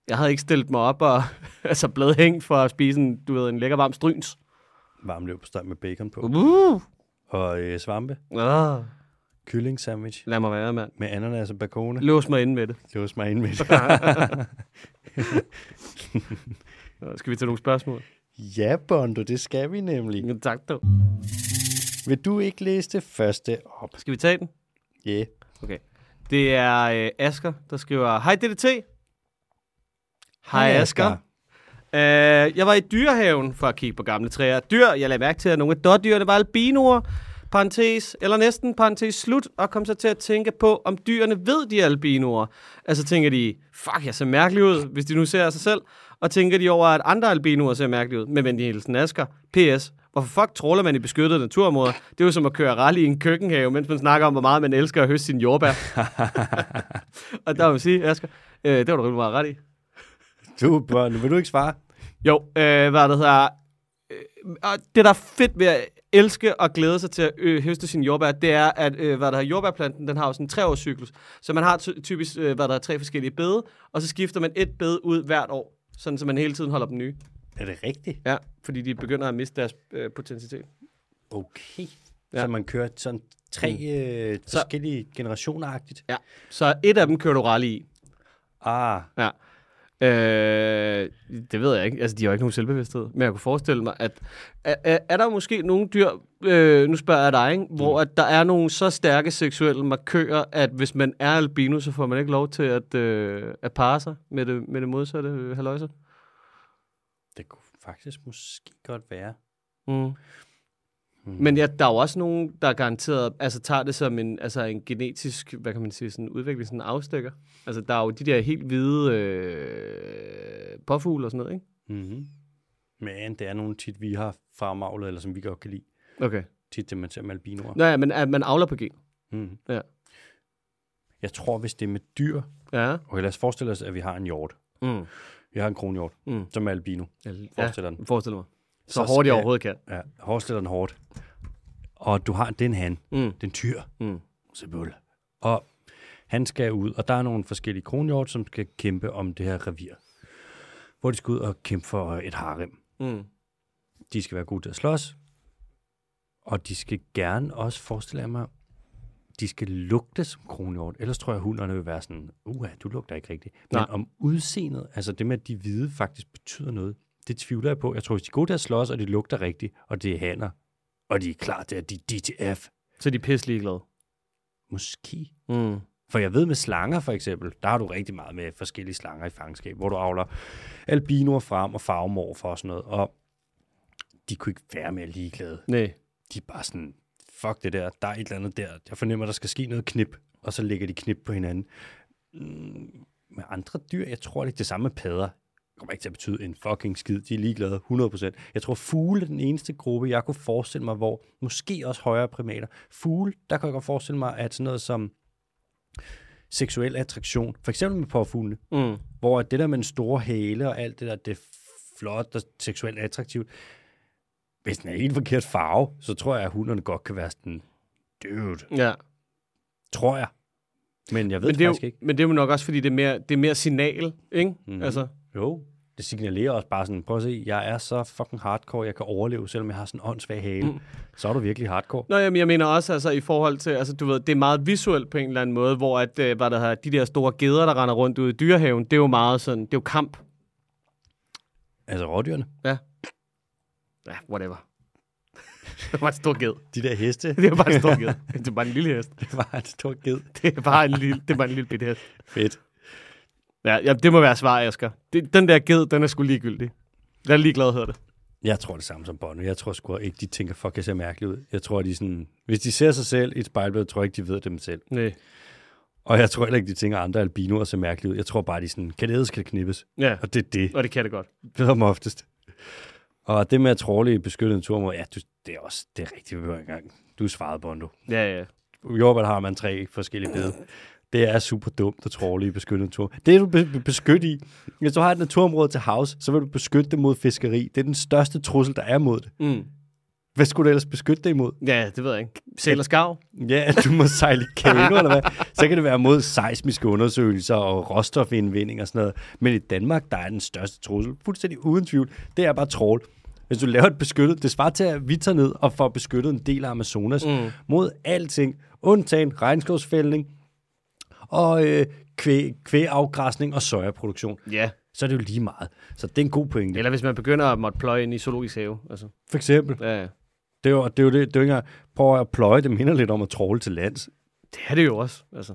S2: jeg havde ikke stillet mig op og altså, blevet hængt for at spise en, du ved, en lækker varm stryns.
S1: Varm løb på steg med bacon på.
S2: Uh,
S1: Og øh, svampe,
S2: ah,
S1: kylling sandwich
S2: lad mig være, mand.
S1: med ananas og bacone.
S2: Lås mig inde med det.
S1: Lås mig ind med det.
S2: Nå, Skal vi tage nogle spørgsmål?
S1: ja, Bondo, det skal vi nemlig.
S2: Ja, Tak dog.
S1: Vil du ikke læse det første op?
S2: Skal vi tage den?
S1: Ja. Yeah.
S2: Okay. Det er øh, Asker, der skriver, Hej DDT. Hej Asker. Øh, jeg var i dyrehaven for at kigge på gamle træer. Dyr, jeg lagde mærke til, at nogle af dårdyrene var albinoer, parentes, eller næsten parentes slut, og kom så til at tænke på, om dyrene ved, de er albinoer. Altså tænker de, fuck, jeg ser mærkelig ud, hvis de nu ser sig selv, og tænker de over, at andre albinoer ser mærkelige ud. Men venlig hilsen Asger. PS. Hvorfor fuck tråler man i beskyttede naturområder? Det er jo som at køre rally i en køkkenhave, mens man snakker om, hvor meget man elsker at høste sin jordbær. og der må man sige, Asger, øh, det var du rimelig meget ret i.
S1: Du, Bondo, vil du ikke svare?
S2: Jo, øh, hvad det hedder. Øh, og det, der er fedt ved elske og glæde sig til at ø- høste sine jordbær, det er, at øh, hvad der er, jordbærplanten, den har jo sådan en treårscyklus. Så man har ty- typisk, øh, hvad der er, tre forskellige bede, og så skifter man et bede ud hvert år, sådan så man hele tiden holder dem nye.
S1: Er det rigtigt?
S2: Ja, fordi de begynder at miste deres øh, potentialitet.
S1: Okay.
S2: Ja.
S1: Ja. Så man kører sådan tre øh, forskellige generationer-agtigt.
S2: Ja. Så et af dem kører du rally i.
S1: Ah,
S2: Ja. Øh, det ved jeg ikke. Altså, de har jo ikke nogen selvbevidsthed. Men jeg kunne forestille mig, at er, er- er der måske nogle dyr, øh, nu spørger jeg dig, ikke? hvor at der er nogle så stærke seksuelle markører, at hvis man er albino, så får man ikke lov til at, øh, at parre sig med det, med det modsatte øh, haløjse.
S1: det kunne faktisk måske godt være.
S2: Mm. Men ja, der er jo også nogen, der garanteret altså, tager det som en, altså, en genetisk, hvad kan man sige, sådan udvikling, sådan en afstikker. Altså, der er jo de der helt hvide øh, påfugle og sådan noget, ikke?
S1: Mm-hmm. Men det er nogle tit, vi har fremavlet, eller som vi godt kan lide.
S2: Okay.
S1: Tit det, man ser med albinoer.
S2: Nå ja, men at man avler på gen.
S1: Mm-hmm.
S2: Ja.
S1: Jeg tror, hvis det er med dyr...
S2: Ja.
S1: Okay, lad os forestille os, at vi har en hjort.
S2: Mm.
S1: Vi har en kronhjort,
S2: Mm.
S1: som er albino. Forestil
S2: Forestil
S1: dig
S2: dig
S1: den.
S2: Forestil mig. Så,
S1: Så
S2: så hårdt jeg
S1: skal-
S2: overhovedet kan.
S1: Ja, hårdsletteren hårdt. Og du har, det er en han.
S2: Mm.
S1: Den tyr.
S2: Mm.
S1: Selvfølgelig. Og han skal ud, og der er nogle forskellige kronhjort, som skal kæmpe om det her revir. Hvor de skal ud og kæmpe for øh, et harem.
S2: Mm.
S1: De skal være gode til at slås. Og de skal gerne også, forestille mig, de skal lugte som kronhjort. Ellers tror jeg, at hunderne vil være sådan, uha, du lugter ikke rigtigt. Men
S2: Nej.
S1: Nej. om udseendet, altså det med, at de hvide faktisk betyder noget, det tvivler jeg på. Jeg tror, hvis de er gode til at slås, og de lugter rigtigt, og det er hanner, og de er klar til, at de er DTF,
S2: Så er de pisse ligeglade.
S1: måske
S2: Mm.
S1: For jeg ved med slanger for eksempel, der har du rigtig meget med forskellige slanger i fangenskab, hvor du avler albinoer frem og farvemorfer og sådan noget. Og de kunne ikke være mere ligeglade.
S2: Nej.
S1: De er bare sådan, fuck det der, der er et eller andet der. Jeg fornemmer, der skal ske noget knip, og så lægger de knip på hinanden. Mm, med andre dyr, jeg tror det er ikke det samme med padder. Det kommer ikke til at betyde en fucking skid. De er ligeglade 100%. Jeg tror, fugle er den eneste gruppe, jeg kunne forestille mig, hvor måske også højere primater. Fugle, der kan jeg godt forestille mig, at sådan noget som seksuel attraktion, for eksempel med påfuglene,
S2: Mm.
S1: hvor at det der med den store hale og alt det der, det er flot og seksuelt attraktivt. Hvis den er helt forkert farve, så tror jeg, at hunderne godt kan være sådan, dude,
S2: Ja.
S1: tror jeg. Men jeg ved men
S2: Men det,
S1: det
S2: er
S1: faktisk
S2: jo,
S1: ikke.
S2: men det er jo nok også, fordi det er mere, det er mere signal, ikke? Mm. Altså,
S1: Jo, det signalerer også bare sådan, prøv at se, jeg er så fucking hardcore, jeg kan overleve, selvom jeg har sådan en åndssvag hale. Mm. Så er du virkelig hardcore.
S2: Nå, jamen, jeg mener også altså, i forhold til, altså, du ved, det er meget visuelt på en eller anden måde, hvor at, øh, hvad der hedder, de der store geder, der render rundt ude i dyrehaven, det er jo meget sådan, det er jo kamp.
S1: Altså rådyrene.
S2: Ja. Ja, whatever. det er bare en stor ged.
S1: De der heste,
S2: Det er bare en stor ged. Det er bare en lille hest.
S1: det var en stor ged.
S2: Det er bare en lille, det er bare en lille bitte hest.
S1: Fedt.
S2: Ja, ja, det må være svar, Asger. Det, den der ged, den er sgu ligegyldig. Jeg er ligeglad, hedder det.
S1: Jeg tror det samme som Bono. Jeg tror sgu ikke, de tænker, fuck, jeg ser mærkelig ud. Jeg tror, de er sådan... Hvis de ser sig selv i et spejlbillede, tror jeg ikke, de ved dem selv.
S2: Nej.
S1: Og jeg tror heller ikke, de tænker, at andre albinoer ser mærkelige ud. Jeg tror bare, de er sådan, kan det ædes, kan det knippes?
S2: Ja,
S1: Og det er det,
S2: og det kan det godt.
S1: som oftest. Og det med at tråle i beskyttet naturområde, ja, du, det er også det er rigtigt, vi var engang. Du svarede, Bondo.
S2: Ja, ja.
S1: I Jorvald har man tre forskellige bede. Det er super dumt at tråle i beskyttet natur. Det er du be- be- beskyttet i. Hvis du har et naturområde til havs, så vil du beskytte det mod fiskeri. Det er den største trussel, der er mod det.
S2: Mm.
S1: Hvad skulle du ellers beskytte det imod?
S2: Ja, det ved jeg ikke. Sæl og skarv?
S1: Ja, at du må sejle i kano, eller hvad? Så kan det være mod seismiske undersøgelser og råstofindvinding og sådan noget. Men i Danmark, der er den største trussel, fuldstændig uden tvivl, det er bare trål. Hvis du laver et beskyttet, det svarer til, at vi tager ned og får beskyttet en del af Amazonas mm. mod alting, undtagen regnskovsfældning og øh, kvæ, kvægafgræsning og sojaproduktion.
S2: Ja.
S1: Så er det jo lige meget. Så det er en god pointe.
S2: Eller hvis man begynder at måtte pløje ind i zoologisk have. Altså,
S1: For eksempel,
S2: ja, ja.
S1: det er jo det, er jo det, det er jo ikke engang, prøv at pløje, det minder lidt om at tråle til lands.
S2: Det er det jo også. Altså.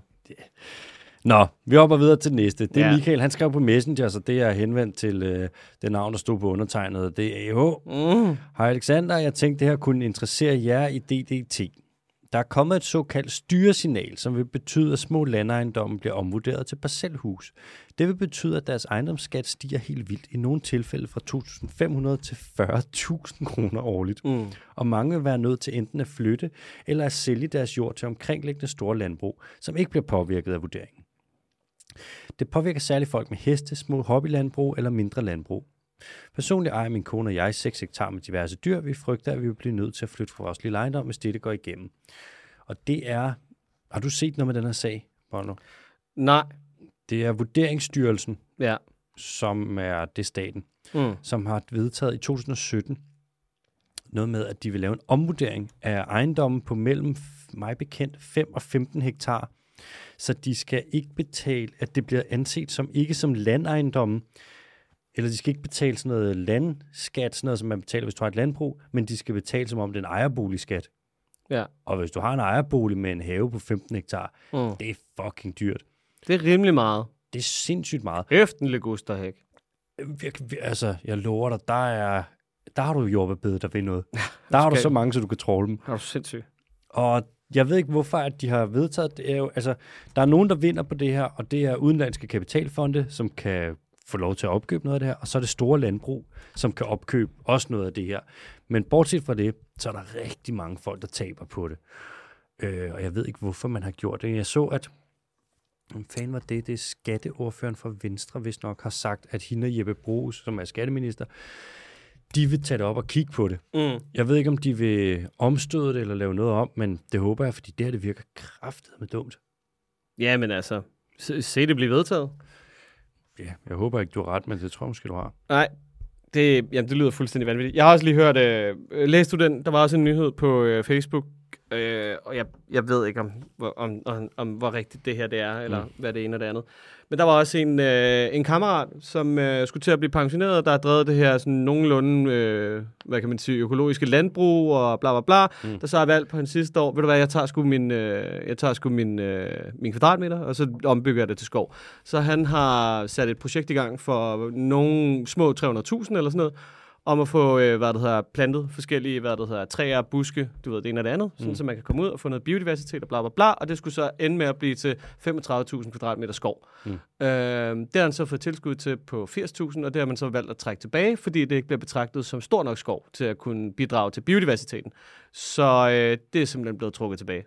S1: Nå, vi hopper videre til det næste. Det er
S2: Ja.
S1: ja. Michael, han skrev på Messenger, så det er henvendt til øh, det navn, der stod på undertegnet. Det er AH.
S2: Mm.
S1: Hej Alexander, jeg tænkte, det her kunne interessere jer i DDT. Der er kommet et såkaldt styresignal, som vil betyde, at små landejendomme bliver omvurderet til parcelhus. Det vil betyde, at deres ejendomsskat stiger helt vildt, i nogle tilfælde fra 2.500 til 40.000 kroner årligt. Mm. Og mange vil være nødt til enten at flytte eller at sælge deres jord til omkringliggende store landbrug, som ikke bliver påvirket af vurderingen. Det påvirker særligt folk med heste, små hobbylandbrug eller mindre landbrug. Personligt ejer min kone og jeg 6 hektar med diverse dyr. Vi frygter, at vi vil blive nødt til at flytte fra vores lille ejendom, hvis dette går igennem. Og det er... Har du set noget med den her sag, Bono?
S2: Nej.
S1: Det er Vurderingsstyrelsen,
S2: Ja.
S1: som er det er staten,
S2: Mm.
S1: som har vedtaget i 2017 noget med, at de vil lave en omvurdering af ejendommen på mellem, f- mig bekendt, 5 og 15 hektar. Så de skal ikke betale, at det bliver anset som ikke som landejendommen, eller de skal ikke betale sådan noget landskat, sådan noget, som man betaler, hvis du har et landbrug, men de skal betale, som om det er en ejerboligskat.
S2: Ja.
S1: Og hvis du har en ejerbolig med en have på 15 hektar,
S2: Mm.
S1: det er fucking dyrt.
S2: Det er rimelig meget.
S1: Det er sindssygt meget.
S2: Hæften legusterhæk.
S1: Virkelig, vir- altså, jeg lover dig, der er der har du jordbærbedet, der ved noget. Der har du
S2: skal
S1: så
S2: vi.
S1: mange, så du kan trolle dem.
S2: Er du sindssyg?
S1: Og jeg ved ikke, hvorfor at de har vedtaget det. Er jo, altså, der er nogen, der vinder på det her, og det er udenlandske kapitalfonde, som kan få lov til at opkøbe noget af det her, og så er det store landbrug, som kan opkøbe også noget af det her. Men bortset fra det, så er der rigtig mange folk, der taber på det. Øh, og jeg ved ikke, hvorfor man har gjort det. Jeg så, at Hvem fanden var det? Det er skatteordføreren fra Venstre, hvis nok, har sagt, at hende og Jeppe Brugs, som er skatteminister, de vil tage det op og kigge på det.
S2: Mm.
S1: Jeg ved ikke, om de vil omstøde det eller lave noget om, men det håber jeg, fordi det her det virker kraftet med dumt.
S2: Ja, men altså, se, se det blive vedtaget.
S1: Ja, jeg håber ikke, du har ret, men det tror jeg måske, du har.
S2: Nej, det, jamen, det lyder fuldstændig vanvittigt. Jeg har også lige hørt, øh, øh, læste du den? Der var også en nyhed på øh, Facebook, øh, og jeg, jeg ved ikke, om, hvor- om, om, om hvor rigtigt det her det er, eller mm. hvad det ene og det andet. Men der var også en, øh, en kammerat, som øh, skulle til at blive pensioneret, der har drevet det her sådan nogenlunde, øh, hvad kan man sige, økologiske landbrug og bla bla bla, mm. der så har valgt på hans sidste år, ved du hvad, jeg tager sgu min, øh, jeg tager sgu min, øh, min kvadratmeter, og så ombygger jeg det til skov. Så han har sat et projekt i gang for nogle små 300.000 eller sådan noget, om at få øh, hvad det hedder, plantet forskellige hvad det hedder, træer, buske, du ved det ene og det andet, sådan, så man kan komme ud og få noget biodiversitet og bla bla bla, og det skulle så ende med at blive til 35.000 kvadratmeter skov. Mm. Øh, det har han så fået tilskud til på 80.000, og det har man så valgt at trække tilbage, fordi det ikke bliver betragtet som stor nok skov til at kunne bidrage til biodiversiteten. Så øh, det er simpelthen blevet trukket tilbage.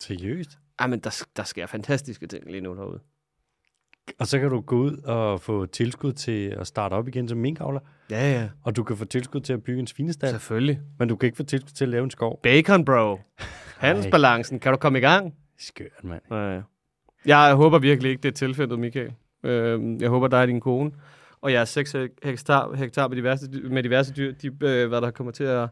S1: Seriøst?
S2: Ej, men der, sk- der sker fantastiske ting lige nu derude.
S1: Og så kan du gå ud og få tilskud til at starte op igen som minkavler,
S2: Ja, ja.
S1: og du kan få tilskud til at bygge en svinestald,
S2: Selvfølgelig.
S1: men du kan ikke få tilskud til at lave en skov.
S2: Bacon, bro. Handelsbalancen. Kan du komme i gang?
S1: Skørt, mand.
S2: Nej. Jeg håber virkelig ikke, det er tilfældet, Michael. Øhm, Jeg håber, dig og din kone og jeres 6 hektar, hektar med, diverse, dy- med diverse dyr, de, øh, hvad der kommer til at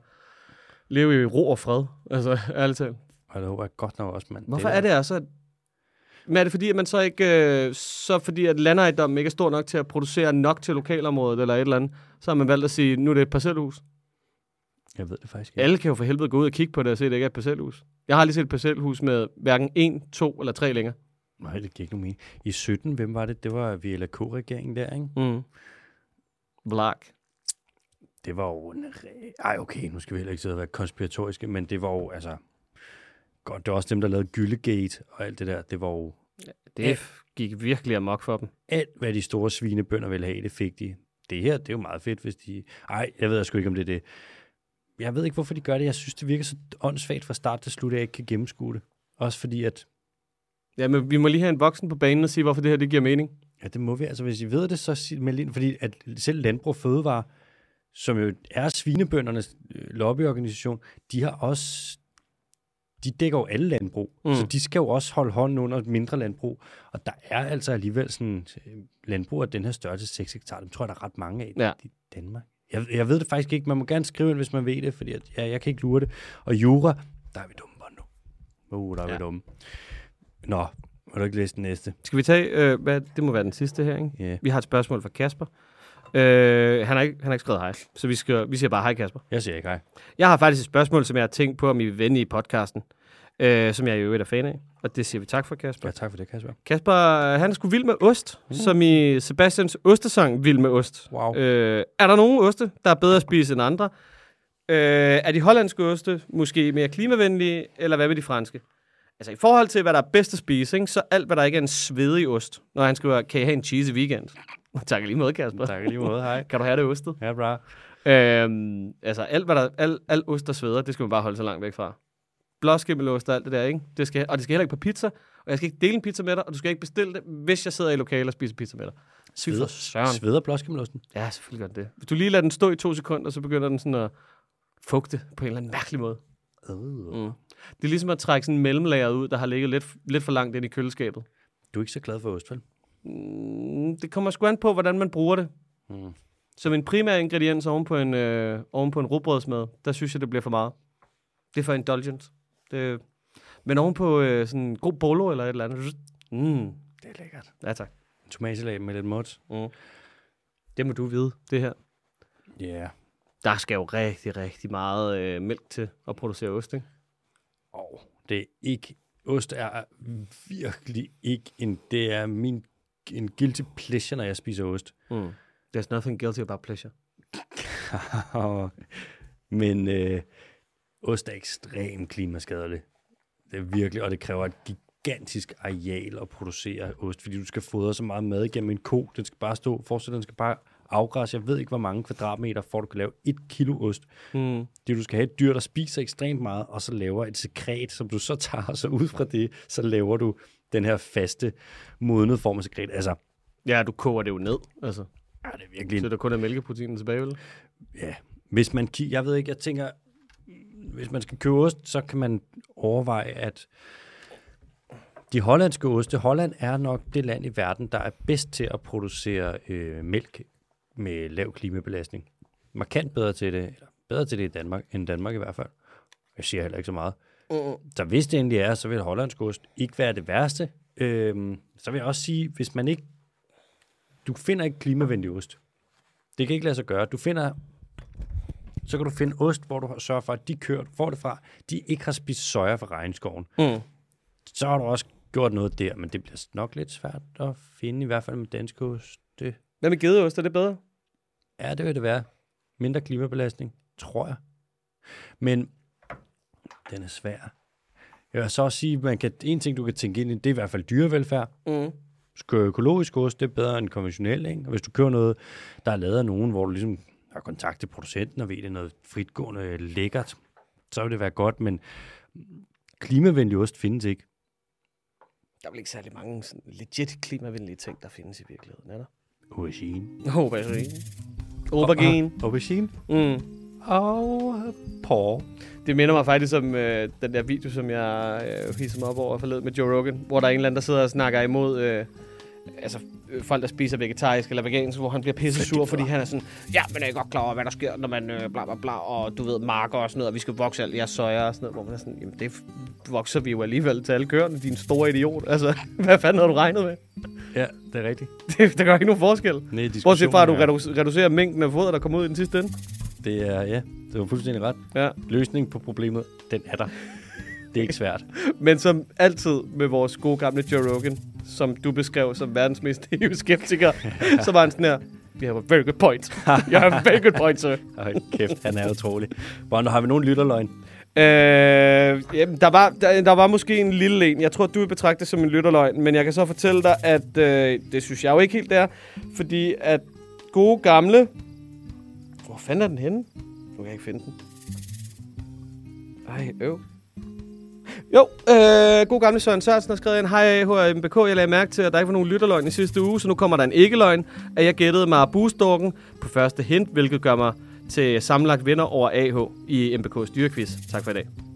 S2: leve i ro og fred. Altså, ærligt talt.
S1: Og det håber jeg godt nok også, mand.
S2: Hvorfor er det altså... at- Men er det fordi, at man så ikke... Øh, så fordi, at landejendommen ikke er stor nok til at producere nok til lokalområdet eller et eller andet, så har man valgt at sige, nu er det et parcelhus.
S1: Jeg ved det faktisk ikke.
S2: Alle kan jo for helvede gå ud og kigge på det og se, at det ikke er et parcelhus. Jeg har lige set et parcelhus med hverken en, to eller tre længere.
S1: Nej, det giver ikke nogen mening. I 17, hvem var det? Det var VLK-regeringen der, ikke?
S2: Mm. Black.
S1: det var jo en... re- Ej, okay, nu skal vi heller ikke sidde og være konspiratoriske, men det var jo, altså... Godt, det var også dem, der lavede Gyllegate og alt det der. Det var jo...
S2: Det gik virkelig amok for dem.
S1: Alt, hvad de store svinebønder ville have, det fik de. Det her, det er jo meget fedt, hvis de... Ej, jeg ved sgu ikke, om det er det. Jeg ved ikke, hvorfor de gør det. Jeg synes, det virker så åndssvagt fra start til slut, at jeg ikke kan gennemskue det. Også fordi, at...
S2: Ja, men vi må lige have en voksen på banen og sige, hvorfor det her det giver mening.
S1: Ja, det må vi. Altså, hvis I ved det, så sig- meld ind. Fordi at selv Landbrug Fødevare, som jo er svinebøndernes øh, lobbyorganisation, de har også de dækker jo alle landbrug, mm.
S2: Mm.
S1: så de skal jo også holde hånden under et mindre landbrug. Og der er altså alligevel sådan øh, landbrug af den her størrelse, 6 hektar, dem tror jeg, der er ret mange af
S2: Ja.
S1: i Danmark. Jeg, jeg ved det faktisk ikke. Man må gerne skrive ind, hvis man ved det, fordi at, ja, jeg kan ikke lure det. Og jura, der er vi dumme, Bondo. Uh, der er ja.
S2: Ja.
S1: vi dumme. Nå, må du ikke læse den næste?
S2: Skal vi tage, øh, hvad, det må være den sidste her, ikke?
S1: Ja. Yeah.
S2: Vi har et spørgsmål fra Kasper. Øh, han, har ikke, han har ikke skrevet hej, så vi, skal, vi siger bare hej, Kasper.
S1: Jeg siger ikke hej.
S2: Jeg har faktisk et spørgsmål, som jeg har tænkt på, om I vil vende i podcasten, øh, som jeg i øvrigt er fan af, og det siger vi tak for, Kasper.
S1: Ja, tak for det, Kasper.
S2: Kasper, øh, han er sgu vild med ost, mm. som i Sebastians ostesang Vild med ost.
S1: Wow.
S2: Øh, er der nogen oste, der er bedre at spise end andre? Øh, er de hollandske oste måske mere klimavenlige, eller hvad med de franske? Altså i forhold til, hvad der er bedst at spise, ikke, så alt, hvad der ikke er en svedig ost, når han skriver, kan I have en cheese i weekend? tak i lige måde, Kasper.
S1: Tak i lige måde, hej.
S2: Kan du have det ostet?
S1: Ja, bra.
S2: Øhm, altså alt, hvad der, alt, alt ost, der sveder, det skal man bare holde sig langt væk fra. Blåskimmelost og alt det der, ikke? Det skal, og det skal heller ikke på pizza, og jeg skal ikke dele en pizza med dig, og du skal ikke bestille det, hvis jeg sidder i lokalet og spiser pizza med dig. Sy for
S1: Sveder.
S2: søren.
S1: Sveder blåskimmelosten.
S2: Ja, selvfølgelig gør den det. Hvis du lige lader den stå i to sekunder, så begynder den sådan at fugte på en eller anden mærkelig måde.
S1: Øh.
S2: Mm. Det er ligesom at trække sådan en mellemlager ud, der har ligget lidt, lidt for langt ind i køleskabet.
S1: Du er ikke så glad for ost, vel?
S2: Mm, det kommer sgu an på, hvordan man bruger det.
S1: Mm.
S2: Som en primær ingrediens oven på en, øh, oven på en rugbrødsmad, der synes jeg, det bliver for meget. Det er for indulgent. Det, men oven på øh, sådan en god bolo eller et eller andet. Mm,
S1: Det er lækkert.
S2: ja tak.
S1: Tomatsalat med lidt mot.
S2: Mm. Det må du vide, det her.
S1: Ja. Yeah.
S2: Der skal jo rigtig, rigtig meget øh, mælk til at producere ost, ikke?
S1: Og det er ikke... Ost er virkelig ikke en... Det er min, en guilty pleasure, når jeg spiser ost.
S2: Mm. There's nothing guilty about pleasure.
S1: Men øh, ost er ekstremt klimaskadelig. Det er virkelig, og det kræver et gigantisk areal at producere ost, fordi du skal fodre så meget mad igennem en ko. Den skal bare stå, forestil dig, den skal bare afgræsse. Jeg ved ikke, hvor mange kvadratmeter, for at du kan lave et kilo ost.
S2: Mm.
S1: Det er, du skal have et dyr, der spiser ekstremt meget, og så laver et sekret, som du så tager, og så ud fra det, så laver du den her faste, modnede form af sekret. Altså,
S2: Ja, du koger det jo ned, altså.
S1: ja, det er virkelig
S2: Så der kun er mælkeproteinen tilbage, vel?
S1: ja, hvis man kigger, jeg ved ikke, jeg tænker, hvis man skal købe ost, så kan man overveje, at de hollandske oste, Holland er nok det land i verden, der er bedst til at producere øh, mælk med lav klimabelastning. Markant bedre til det, eller bedre til det i Danmark, end Danmark i hvert fald. Jeg siger heller ikke så meget. Så hvis det endelig er, så vil hollandsk ost ikke være det værste. Øhm, så vil jeg også sige, hvis man ikke... Du finder ikke klimavenlig ost. Det kan ikke lade sig gøre. Du finder så kan du finde ost, hvor du sørger for, at de køer, du får det fra, de ikke har spist soja fra regnskoven.
S2: Mm.
S1: Så har du også gjort noget der, men det bliver nok lidt svært at finde, i hvert fald med dansk ost. Det
S2: Hvad med gedeost? Er det bedre?
S1: er det, vil det være. Mindre klimabelastning, tror jeg. Men den er svær. Jeg vil så også sige, man kan, en ting, du kan tænke ind i, det er i hvert fald dyrevelfærd.
S2: Mm.
S1: Skal økologisk ost, det er bedre end konventionel, ikke? Og hvis du kører noget, der er lavet af nogen, hvor du ligesom har kontakt til producenten og ved, det er noget fritgående lækkert, så vil det være godt, men klimavenlig ost findes ikke.
S2: Der er vel ikke særlig mange sådan legit klimavenlige ting, der findes i virkeligheden, er der?
S1: Aubergine.
S2: Aubergine. Aubergine.
S1: Og- Aubergine.
S2: Mm.
S1: Og porre.
S2: øh, Det minder mig faktisk om øh, den der video, som jeg øh, hissede mig op over forleden med Joe Rogan, hvor der er en eller anden, der sidder og snakker imod... Øh, altså øh, folk, der spiser vegetarisk eller vegansk, hvor han bliver pisse sur, fordi han er sådan, ja, men jeg er godt klar over, hvad der sker, når man øh, bla bla bla, og du ved, marker og sådan noget, og vi skal vokse alt jeres soja og sådan noget, hvor man er sådan, jamen det f- vokser vi jo alligevel til alle køerne, din store idiot. Altså, hvad fanden har du regnet med?
S1: Ja, det er rigtigt.
S2: Det, der gør ikke nogen forskel.
S1: Nej,
S2: Bortset fra, at du redu- reducerer mængden af foder, der kommer ud i den sidste ende.
S1: Det er, ja, det var fuldstændig ret.
S2: Ja.
S1: Løsningen på problemet, den er der. Det er ikke svært.
S2: Men som altid med vores gode gamle Joe Rogan, som du beskrev som verdens mest EU-skeptiker, så var han sådan her, you have a very good point. You have a very good point, sir.
S1: Hold kæft, han er utrolig. Brønder, har vi nogen lytterløgn?
S2: Øh, jamen, der, var, der, der var måske en lille en. Jeg tror, du vil betragte det som en lytterløgn, men jeg kan så fortælle dig, at øh, det synes jeg jo ikke helt det er, fordi at gode gamle... Hvor fanden er den henne? Nu kan jeg ikke finde den. Ej, øv. Jo, øh, god gamle Søren Sørensen har skrevet en Hej HMBK, jeg lagde mærke til, at der ikke var nogen lytterløgn i sidste uge, så nu kommer der en ikke-løgn, at jeg gættede mig busdorken på første hint, hvilket gør mig til sammenlagt vinder over AH i MBK's dyrequiz. Tak for i dag.